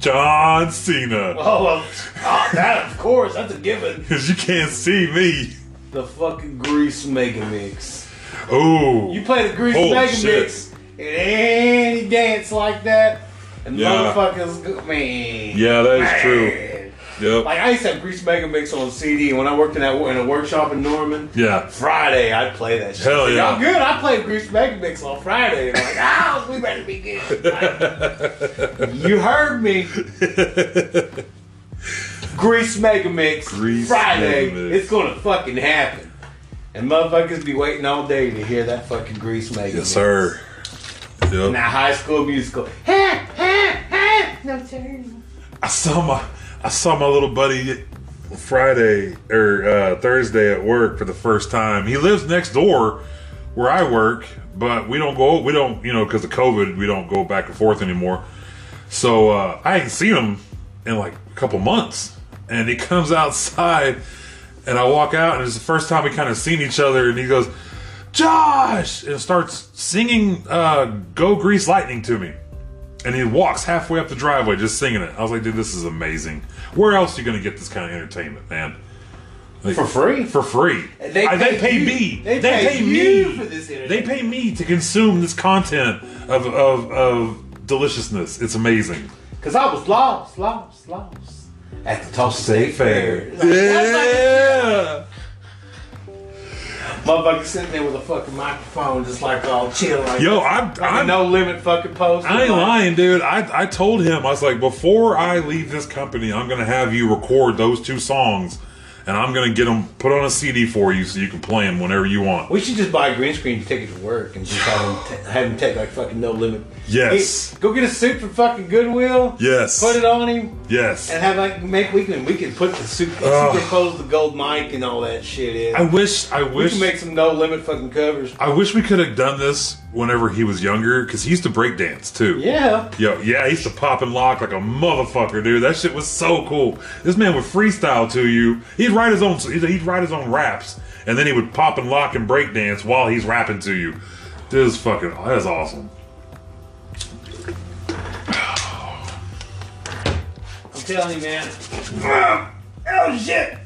[SPEAKER 1] John <laughs> Cena,
[SPEAKER 2] Oh, well, oh, that of course. That's a given.
[SPEAKER 1] because you can't see me.
[SPEAKER 2] The fucking Grease Mega Mix.
[SPEAKER 1] Oh,
[SPEAKER 2] You play the Grease
[SPEAKER 1] Holy
[SPEAKER 2] Mega
[SPEAKER 1] shit.
[SPEAKER 2] Mix and any dance like that, and
[SPEAKER 1] Yeah.
[SPEAKER 2] motherfuckers go, man.
[SPEAKER 1] yeah, that is true.
[SPEAKER 2] man.
[SPEAKER 1] Yep.
[SPEAKER 2] Like I used to have Grease Mega Mix on CD when I worked in that in a workshop in Norman.
[SPEAKER 1] Yeah.
[SPEAKER 2] Friday, I'd play that shit.
[SPEAKER 1] Hell
[SPEAKER 2] Like,
[SPEAKER 1] yeah.
[SPEAKER 2] Y'all good? I played Grease Mega Mix on Friday. And I'm like, ah, we better be good.
[SPEAKER 1] <laughs>
[SPEAKER 2] you heard me. Grease Mega Mix
[SPEAKER 1] Grease
[SPEAKER 2] Friday.
[SPEAKER 1] Mega Mix.
[SPEAKER 2] It's gonna fucking happen. And motherfuckers be waiting all day to hear that fucking Grease Mega Mix.
[SPEAKER 1] Yes, sir. Yep.
[SPEAKER 2] Now High School Musical. Ha, ha, ha. No turn.
[SPEAKER 1] I saw my I saw my little buddy Friday or uh, Thursday at work for the first time. He lives next door where I work, but we don't go. We don't you know because of COVID, we don't go back and forth anymore. So uh, I ain't seen him in like a couple months, and he <laughs> comes outside, and I walk out, and it's the first time we kind of seen each other, and he goes, "Josh," and starts singing uh, "Go Grease Lightning" to me and he walks halfway up the driveway just singing it. I was like, dude, this is amazing. Where else you gonna get this kind of entertainment, man? Like,
[SPEAKER 2] For free?
[SPEAKER 1] For free.
[SPEAKER 2] They
[SPEAKER 1] I-
[SPEAKER 2] pay you.
[SPEAKER 1] me.
[SPEAKER 2] They pay you for this entertainment.
[SPEAKER 1] They pay me to consume this content of of, of deliciousness. It's amazing.
[SPEAKER 2] Cause I was lost, lost, lost. At the Tulsa State Fair.
[SPEAKER 1] Yeah.
[SPEAKER 2] Motherfucker sitting there with a fucking microphone, just like all chill, like
[SPEAKER 1] Yo, I'm,
[SPEAKER 2] like a
[SPEAKER 1] I'm
[SPEAKER 2] no limit fucking post.
[SPEAKER 1] I ain't lying, dude. I, I told him, I was like, before I leave this company, I'm going to have you record those two songs and I'm going to get them put on a CD for you so you can play them whenever you want.
[SPEAKER 2] We should just buy a green screen ticket to work and just have him, t- have him take like fucking no limit.
[SPEAKER 1] Yes.
[SPEAKER 2] Hey, go get a suit from fucking Goodwill.
[SPEAKER 1] Yes.
[SPEAKER 2] Put it on him
[SPEAKER 1] Yes.
[SPEAKER 2] and have like make we can we can put the suit
[SPEAKER 1] Ugh.
[SPEAKER 2] superimpose the gold mic and all that shit in.
[SPEAKER 1] I wish, I
[SPEAKER 2] we
[SPEAKER 1] wish,
[SPEAKER 2] can make some no limit fucking covers.
[SPEAKER 1] I wish we could have done this whenever he was younger because he used to break dance too.
[SPEAKER 2] Yeah.
[SPEAKER 1] Yo, yeah, he used to pop and lock like a motherfucker, dude. That shit was so cool. This man would freestyle to you. He'd write his own. He'd he'd write his own raps, and then he would pop and lock and break dance while he's rapping to you. This is fucking. That is awesome.
[SPEAKER 2] I'm telling you, man. Oh shit!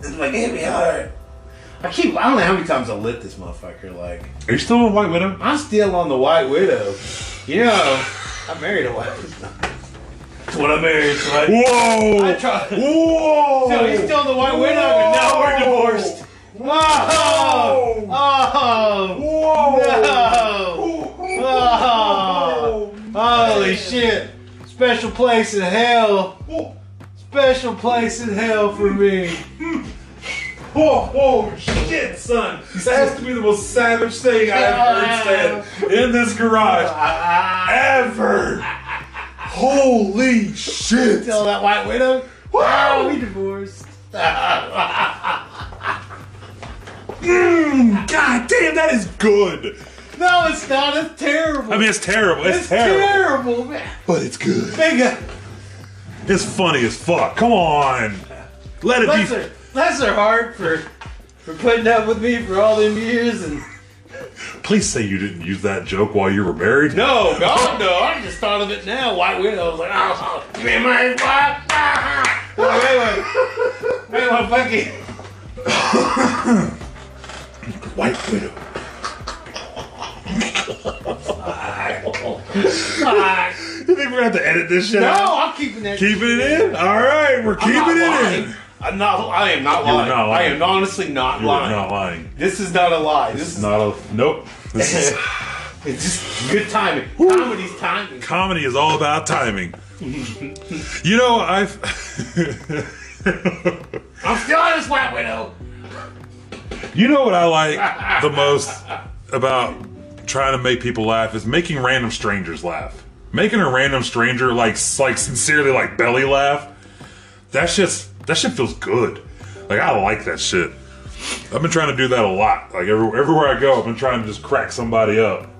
[SPEAKER 2] This fucking hit me hard. I keep. I don't know how many times I lit this motherfucker. Like
[SPEAKER 1] Are you still in White Widow?
[SPEAKER 2] I'm still on the White Widow. You know, I married a White Widow. That's what I married. So I,
[SPEAKER 1] Whoa!
[SPEAKER 2] I tried.
[SPEAKER 1] Whoa!
[SPEAKER 2] So he's still on the White Widow, and now we're divorced. Oh! Oh!
[SPEAKER 1] Whoa!
[SPEAKER 2] <laughs> No! Oh! Holy shit! Special place in hell.
[SPEAKER 1] Whoa!
[SPEAKER 2] Special place in hell for me.
[SPEAKER 1] Whoa, shit, son! That has to be the most savage thing I've heard said in this garage
[SPEAKER 2] Ah,
[SPEAKER 1] ever. Holy shit!
[SPEAKER 2] Still that White Widow? Wow, we divorced.
[SPEAKER 1] Mm, God damn, that is good.
[SPEAKER 2] No, it's not. It's terrible.
[SPEAKER 1] I mean, it's terrible. It's,
[SPEAKER 2] it's
[SPEAKER 1] terrible,
[SPEAKER 2] terrible, man.
[SPEAKER 1] but it's good.
[SPEAKER 2] Big,
[SPEAKER 1] It's funny as fuck. Come on. Let it
[SPEAKER 2] Bless
[SPEAKER 1] be.
[SPEAKER 2] her, bless her heart for for putting up with me for all them years. And
[SPEAKER 1] Please say you didn't use that joke while you were married.
[SPEAKER 2] no, God, no, I just thought of it now. White Widow. I was like, oh, give me my wife. Ah. Wait, wait, wait, wait, fucking.
[SPEAKER 1] White Widow.
[SPEAKER 2] Ah.
[SPEAKER 1] You think we're gonna have to edit this shit?
[SPEAKER 2] No,
[SPEAKER 1] out?
[SPEAKER 2] I'm keeping that.
[SPEAKER 1] Keeping it in. All right, we're
[SPEAKER 2] I'm
[SPEAKER 1] keeping
[SPEAKER 2] not
[SPEAKER 1] it
[SPEAKER 2] lying.
[SPEAKER 1] in.
[SPEAKER 2] I'm not. I am not
[SPEAKER 1] You are
[SPEAKER 2] lying.
[SPEAKER 1] not lying.
[SPEAKER 2] I am honestly not
[SPEAKER 1] You're
[SPEAKER 2] lying.
[SPEAKER 1] not lying.
[SPEAKER 2] This is not a lie. This is
[SPEAKER 1] Not a nope. This is,
[SPEAKER 2] <laughs> it's just good timing. Comedy's timing.
[SPEAKER 1] comedy is all about timing. you know, I've <laughs>
[SPEAKER 2] I'm still on this White Widow.
[SPEAKER 1] you know what I like the most about trying to make people laugh is making random strangers laugh. Making a random stranger like s- like sincerely like belly laugh. That shit's that shit feels good. Like I like that shit. I've been trying to do that a lot. Like every, everywhere I go, I've been trying to just crack somebody up.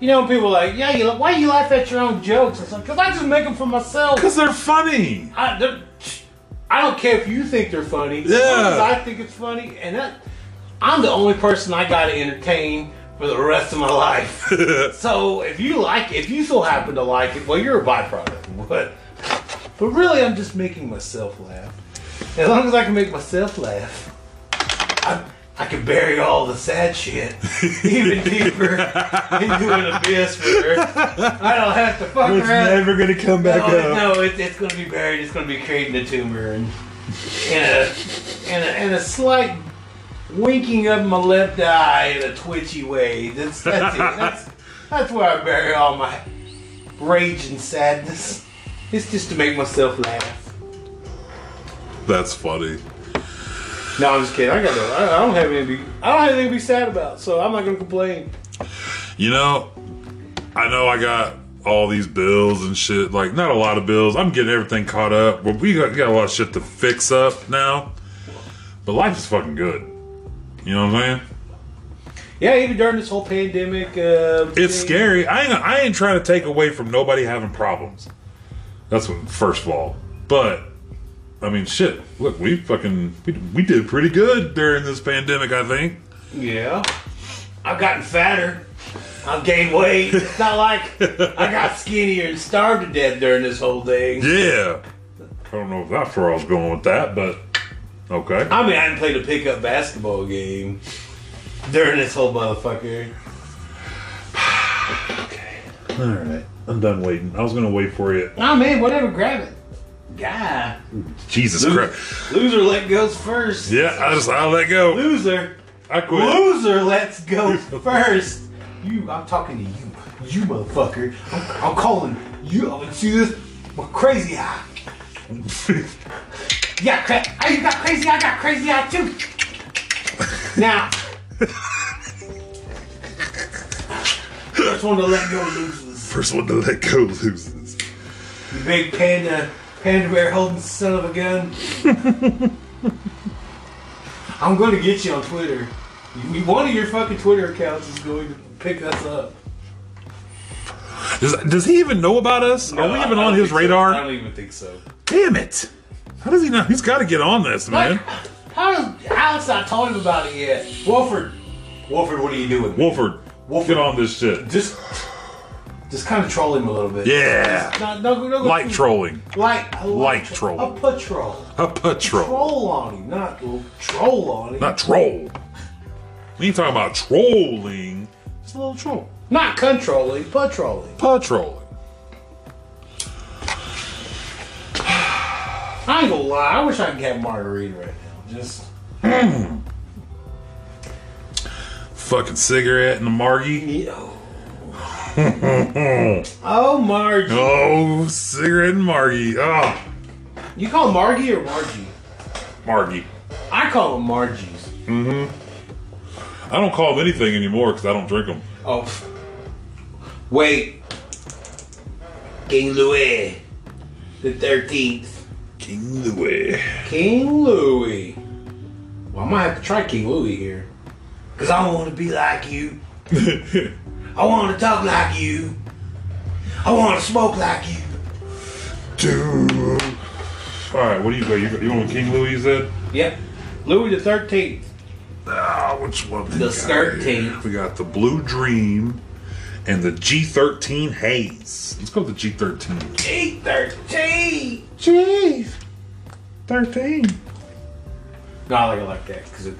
[SPEAKER 2] You know, people are like, yeah, you, why you laugh at your own jokes? It's like, because I just make them for myself.
[SPEAKER 1] Cause they're funny.
[SPEAKER 2] I, they're- I don't care if you think they're funny. As long
[SPEAKER 1] Yeah.
[SPEAKER 2] as I think it's funny, and that, I'm the only person I got to entertain for the rest of my life. so if you like, if you so happen to like it, well, you're a byproduct. But but really, I'm just making myself laugh. As long as I can make myself laugh, I, I can bury all the sad shit even deeper into an abyss where I don't have to fuck
[SPEAKER 1] It's
[SPEAKER 2] around.
[SPEAKER 1] never gonna come back
[SPEAKER 2] No, it-
[SPEAKER 1] up.
[SPEAKER 2] no it, it's going to be buried. It's going to be creating a tumor and and a, and a and a slight winking of my left eye in a twitchy way. That's that's it. That's, that's where I bury all my rage and sadness. It's just to make myself laugh.
[SPEAKER 1] That's funny.
[SPEAKER 2] No, I'm just kidding. I got no. I, I don't have anything. I don't have anything to be sad about, so I'm not going to complain.
[SPEAKER 1] You know, I know I got all these bills and shit. Like, not a lot of bills. I'm getting everything caught up. But we got, got a lot of shit to fix up now. But life is fucking good. You know what I'm saying?
[SPEAKER 2] Yeah, even during this whole pandemic, uh,
[SPEAKER 1] It's
[SPEAKER 2] thing-
[SPEAKER 1] scary. I ain't, I ain't trying to take away from nobody having problems. That's what, first of all. But, I mean, shit. Look, we fucking, we, we did pretty good during this pandemic, I think.
[SPEAKER 2] Yeah. I've gotten fatter. I've gained weight. It's not like I got skinnier and starved to death during this whole thing.
[SPEAKER 1] Yeah. I don't know if that's where I was going with that, but okay.
[SPEAKER 2] I mean, I didn't play the pickup basketball game during this whole motherfucker.
[SPEAKER 1] All right, I'm done waiting. I was gonna wait for you.
[SPEAKER 2] Nah, man, whatever, grab it. Guy.
[SPEAKER 1] Jesus
[SPEAKER 2] Loser,
[SPEAKER 1] Christ!
[SPEAKER 2] loser let goes first.
[SPEAKER 1] Yeah, I just I let go.
[SPEAKER 2] Loser.
[SPEAKER 1] I quit.
[SPEAKER 2] Loser lets
[SPEAKER 1] <laughs>
[SPEAKER 2] go first. You, I'm talking to you. You motherfucker. I'm, I'm calling you. I'm gonna see this. My crazy eye. Yeah, cra- oh, you got crazy eye, I got crazy eye too. Now, just wanted to let go
[SPEAKER 1] <laughs>
[SPEAKER 2] losers.
[SPEAKER 1] First one to let go loses.
[SPEAKER 2] You big panda, panda bear holding son of a gun. I'm going to get you on Twitter. You- One of your fucking Twitter accounts is going to pick us up.
[SPEAKER 1] Does, does he even know about us? Are we
[SPEAKER 2] I-
[SPEAKER 1] even
[SPEAKER 2] I
[SPEAKER 1] on
[SPEAKER 2] don't
[SPEAKER 1] his
[SPEAKER 2] think so. I
[SPEAKER 1] radar?
[SPEAKER 2] don't even think so.
[SPEAKER 1] Damn it! How does he know? He's got to get on this, man.
[SPEAKER 2] Like, how does Alex not told him about it yet? Wolford, Wolford, what are you doing?
[SPEAKER 1] Wolford,
[SPEAKER 2] Wolford.
[SPEAKER 1] get on this shit.
[SPEAKER 2] just just kind of troll him a little bit.
[SPEAKER 1] Yeah,
[SPEAKER 2] No, no, no, no,
[SPEAKER 1] like trolling,
[SPEAKER 2] Like, I
[SPEAKER 1] Like
[SPEAKER 2] tro-
[SPEAKER 1] troll.
[SPEAKER 2] A patrol.
[SPEAKER 1] a patrol,
[SPEAKER 2] Troll on him, not l- troll on him.
[SPEAKER 1] not troll. We ain't talking about trolling. Just a little troll,
[SPEAKER 2] Not controlling, patrolling.
[SPEAKER 1] patrolling.
[SPEAKER 2] I ain't gonna lie, I wish I could have margarita right now. Just
[SPEAKER 1] Fucking cigarette and the margie. <laughs>
[SPEAKER 2] yo. oh Margie.
[SPEAKER 1] Oh, cigarette and margie. Oh.
[SPEAKER 2] You call him Margie or Margie?
[SPEAKER 1] Margie.
[SPEAKER 2] I call him Margie's.
[SPEAKER 1] I don't call them anything anymore because I don't drink them.
[SPEAKER 2] Oh. pff. Wait. King Louis the 13th.
[SPEAKER 1] King <laughs> Louis.
[SPEAKER 2] King Louis. Well, I might have to try King Louis here. Because I want to be like you. I want to talk like you. I want to smoke like you.
[SPEAKER 1] Do. All right, what do you got? You, you want King Louis? You said.
[SPEAKER 2] Yep. Louis the Thirteenth.
[SPEAKER 1] Ah, which one? we
[SPEAKER 2] The
[SPEAKER 1] got
[SPEAKER 2] 13.
[SPEAKER 1] here? We got the Blue Dream and the G13 Haze. Let's go with the G13.
[SPEAKER 2] G thirteen.
[SPEAKER 1] Jeez, 13.
[SPEAKER 2] No, I like it like that because it.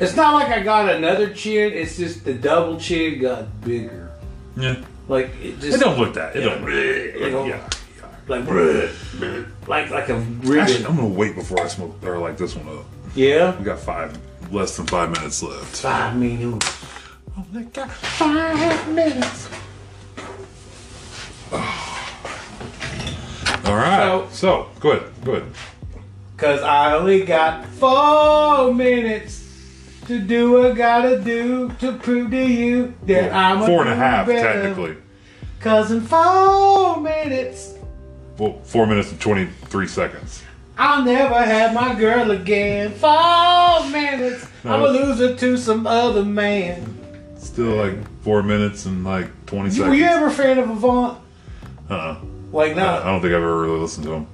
[SPEAKER 2] It's not like I got another chin. It's just the double chin got bigger.
[SPEAKER 1] Yeah,
[SPEAKER 2] Like it just
[SPEAKER 1] it don't look that. It
[SPEAKER 2] Yeah.
[SPEAKER 1] don't.
[SPEAKER 2] It don't-
[SPEAKER 1] yeah.
[SPEAKER 2] like like like a
[SPEAKER 1] Actually,
[SPEAKER 2] ribbon.
[SPEAKER 1] I'm gonna wait before I smoke or like this one up.
[SPEAKER 2] Yeah.
[SPEAKER 1] We got five, less than five minutes left.
[SPEAKER 2] Five minutes.
[SPEAKER 1] Oh my god, five minutes. All right. So, good, good.
[SPEAKER 2] Cause I only got four minutes to do what gotta do to prove to you that I'm a
[SPEAKER 1] Four and a half,
[SPEAKER 2] better.
[SPEAKER 1] technically.
[SPEAKER 2] Cause in four minutes
[SPEAKER 1] Well, four minutes and 23 seconds.
[SPEAKER 2] I'll never have my girl again. Four minutes. I'm a loser to some other man.
[SPEAKER 1] Still like four minutes and like 20
[SPEAKER 2] Were
[SPEAKER 1] seconds.
[SPEAKER 2] you ever a fan of Avant?
[SPEAKER 1] Uh-uh. I
[SPEAKER 2] Like
[SPEAKER 1] I
[SPEAKER 2] no.
[SPEAKER 1] don't think I've ever really listened to him.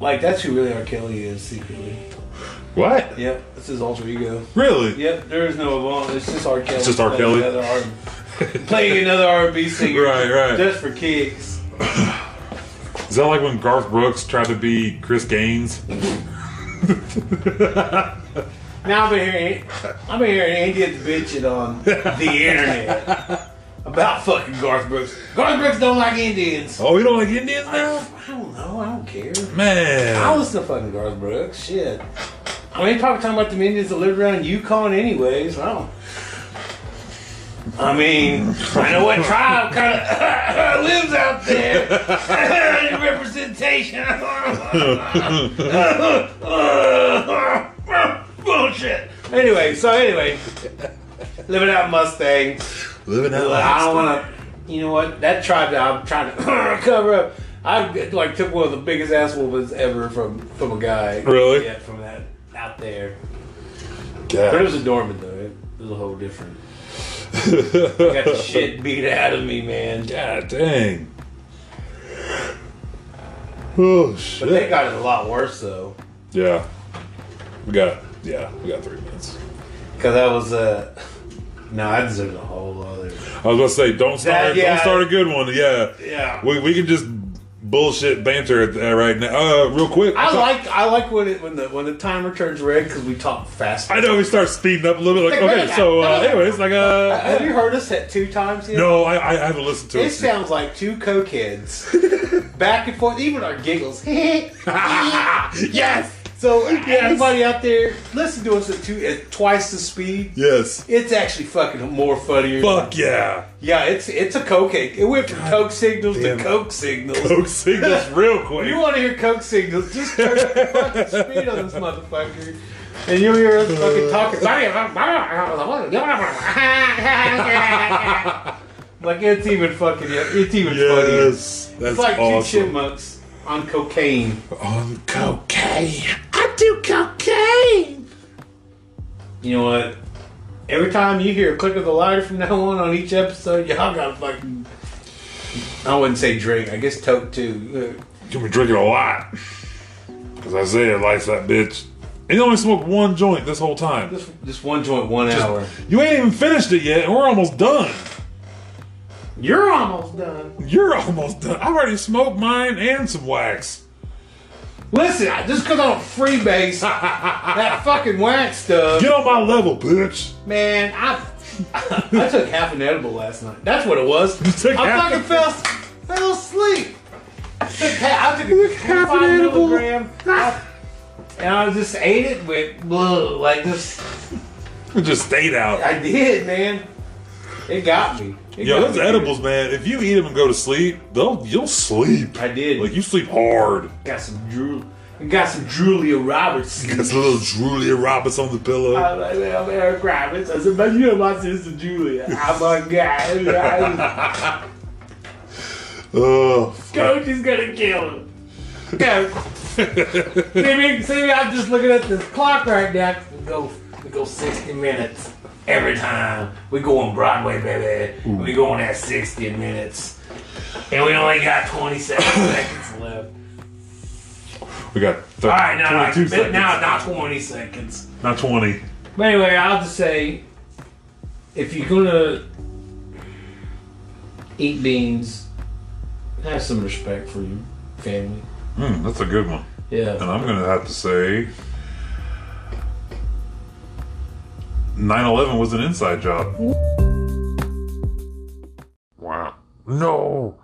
[SPEAKER 2] Like that's who really R. Kelly is secretly.
[SPEAKER 1] What?
[SPEAKER 2] Yep, that's his alter ego.
[SPEAKER 1] Really?
[SPEAKER 2] Yep, there is no Avant. It's just R. Kelly.
[SPEAKER 1] It's just R.
[SPEAKER 2] playing
[SPEAKER 1] Kelly.
[SPEAKER 2] Another R- playing another R&B singer.
[SPEAKER 1] Right, right.
[SPEAKER 2] Just for kicks.
[SPEAKER 1] Is that like when Garth Brooks tried to be Chris Gaines?
[SPEAKER 2] Now I've been hearing, I've been hearing Andy at the bitching on
[SPEAKER 1] <laughs>
[SPEAKER 2] the internet about fucking Garth Brooks. Garth Brooks don't like Indians.
[SPEAKER 1] Oh, you don't like Indians now?
[SPEAKER 2] I don't know. I don't care.
[SPEAKER 1] Man.
[SPEAKER 2] I listen to fucking Garth Brooks. Shit. I mean, they probably talking about the Indians that lived around Yukon anyways. I don't. I mean, I know what tribe kind of <laughs> lives out there. <laughs> Representation. <laughs> Bullshit. Anyway, so anyway, living out in Mustang.
[SPEAKER 1] Living out
[SPEAKER 2] Like, I don't want to. You know what? That tribe that I'm trying to <coughs> cover up. I like took one of the biggest ass whoopings ever from from a guy.
[SPEAKER 1] Really?
[SPEAKER 2] Yeah, from that out there. But it
[SPEAKER 1] God.
[SPEAKER 2] was a Norman though. It was a whole different.
[SPEAKER 1] <laughs>
[SPEAKER 2] I got the shit beat out of me, man.
[SPEAKER 1] God dang. Oh, shit.
[SPEAKER 2] But they got it a lot worse though,
[SPEAKER 1] Yeah. We got yeah, we got three minutes.
[SPEAKER 2] because I was uh. <laughs> No, I deserved a whole other.
[SPEAKER 1] I was gonna say don't start
[SPEAKER 2] yeah.
[SPEAKER 1] don't start a good one. Yeah.
[SPEAKER 2] Yeah.
[SPEAKER 1] We, we can just bullshit banter at that right now. Uh real quick.
[SPEAKER 2] I like I like when it when the when the timer turns red because we talk fast.
[SPEAKER 1] I know we start speeding up a little bit like okay, so uh anyways, like uh
[SPEAKER 2] Have you heard us at two times yet?
[SPEAKER 1] No, I I I haven't listened to
[SPEAKER 2] It
[SPEAKER 1] it.
[SPEAKER 2] sounds like
[SPEAKER 1] <laughs>
[SPEAKER 2] two cokeheads back and forth. Even our giggles. <laughs>
[SPEAKER 1] Yes!
[SPEAKER 2] so everybody out there, listen to us at two at twice the speed.
[SPEAKER 1] Yes.
[SPEAKER 2] It's actually fucking more funnier.
[SPEAKER 1] Fuck yeah.
[SPEAKER 2] Yeah, it's it's a cokehead. It went from coke signals to
[SPEAKER 1] damn it.
[SPEAKER 2] coke signals.
[SPEAKER 1] Coke
[SPEAKER 2] <laughs>
[SPEAKER 1] signals real quick.
[SPEAKER 2] You want to hear coke signals? Just turn the fucking speed on this motherfucker, and you'll hear us fucking
[SPEAKER 1] <laughs>
[SPEAKER 2] <laughs> talking. like it's even fucking. It's even funnier.
[SPEAKER 1] yes. That's
[SPEAKER 2] It's like two
[SPEAKER 1] awesome.
[SPEAKER 2] chipmunks on cocaine.
[SPEAKER 1] On cocaine. I do cocaine.
[SPEAKER 2] You know what? Every time you hear a click of the lighter from now on on each episode, <laughs> y'all gotta fucking. I wouldn't say drink. I guess toke too. Uh,
[SPEAKER 1] You've been drinking a lot. Because Isaiah likes that bitch. And you only smoked one joint this whole time.
[SPEAKER 2] Just, just one joint, one hour.
[SPEAKER 1] You ain't even finished it yet, and we're almost done.
[SPEAKER 2] You're almost done.
[SPEAKER 1] You're almost done. I've already smoked mine and some wax.
[SPEAKER 2] Listen, I, just because I'm freebase, that fucking wax stuff,
[SPEAKER 1] Get on my level, bitch. <laughs>
[SPEAKER 2] man. I I took half an edible last night. That's what it was.
[SPEAKER 1] took
[SPEAKER 2] I
[SPEAKER 1] half
[SPEAKER 2] fucking
[SPEAKER 1] an-
[SPEAKER 2] fell fell asleep. I took ha- I took a
[SPEAKER 1] half an
[SPEAKER 2] five
[SPEAKER 1] edible. Ah.
[SPEAKER 2] milligram. I- And I just ate it with blue, like just
[SPEAKER 1] It just stayed out.
[SPEAKER 2] I did, man. It got me. It
[SPEAKER 1] Yo,
[SPEAKER 2] got
[SPEAKER 1] those
[SPEAKER 2] me.
[SPEAKER 1] edibles, man. If you eat them and go to sleep, they'll you'll sleep.
[SPEAKER 2] I did.
[SPEAKER 1] Like you sleep hard.
[SPEAKER 2] got some drool. Got some Julia Roberts. <laughs>
[SPEAKER 1] That's a little Julia Roberts on the pillow.
[SPEAKER 2] I'm like, man, I'm Eric Roberts. I said, but you know my sister Julia. I'm a <laughs> guy.
[SPEAKER 1] Ugh.
[SPEAKER 2] Coach is gonna kill him. <laughs> Coach. see, me, see me, I'm just looking at this clock right now. Go We go 60 minutes every time. We go on Broadway, baby. We go on at 60 minutes. And we only got <coughs> 27 seconds left.
[SPEAKER 1] We got th-
[SPEAKER 2] All right, now, like,
[SPEAKER 1] 22 seconds.
[SPEAKER 2] now, now 20 seconds.
[SPEAKER 1] Not 20.
[SPEAKER 2] But anyway, I'll just say if you're gonna eat beans, have some respect for your family.
[SPEAKER 1] Mm, that's a good one. And
[SPEAKER 2] Yeah.
[SPEAKER 1] I'm going to have to say 9 11 was an inside job. Wow. No.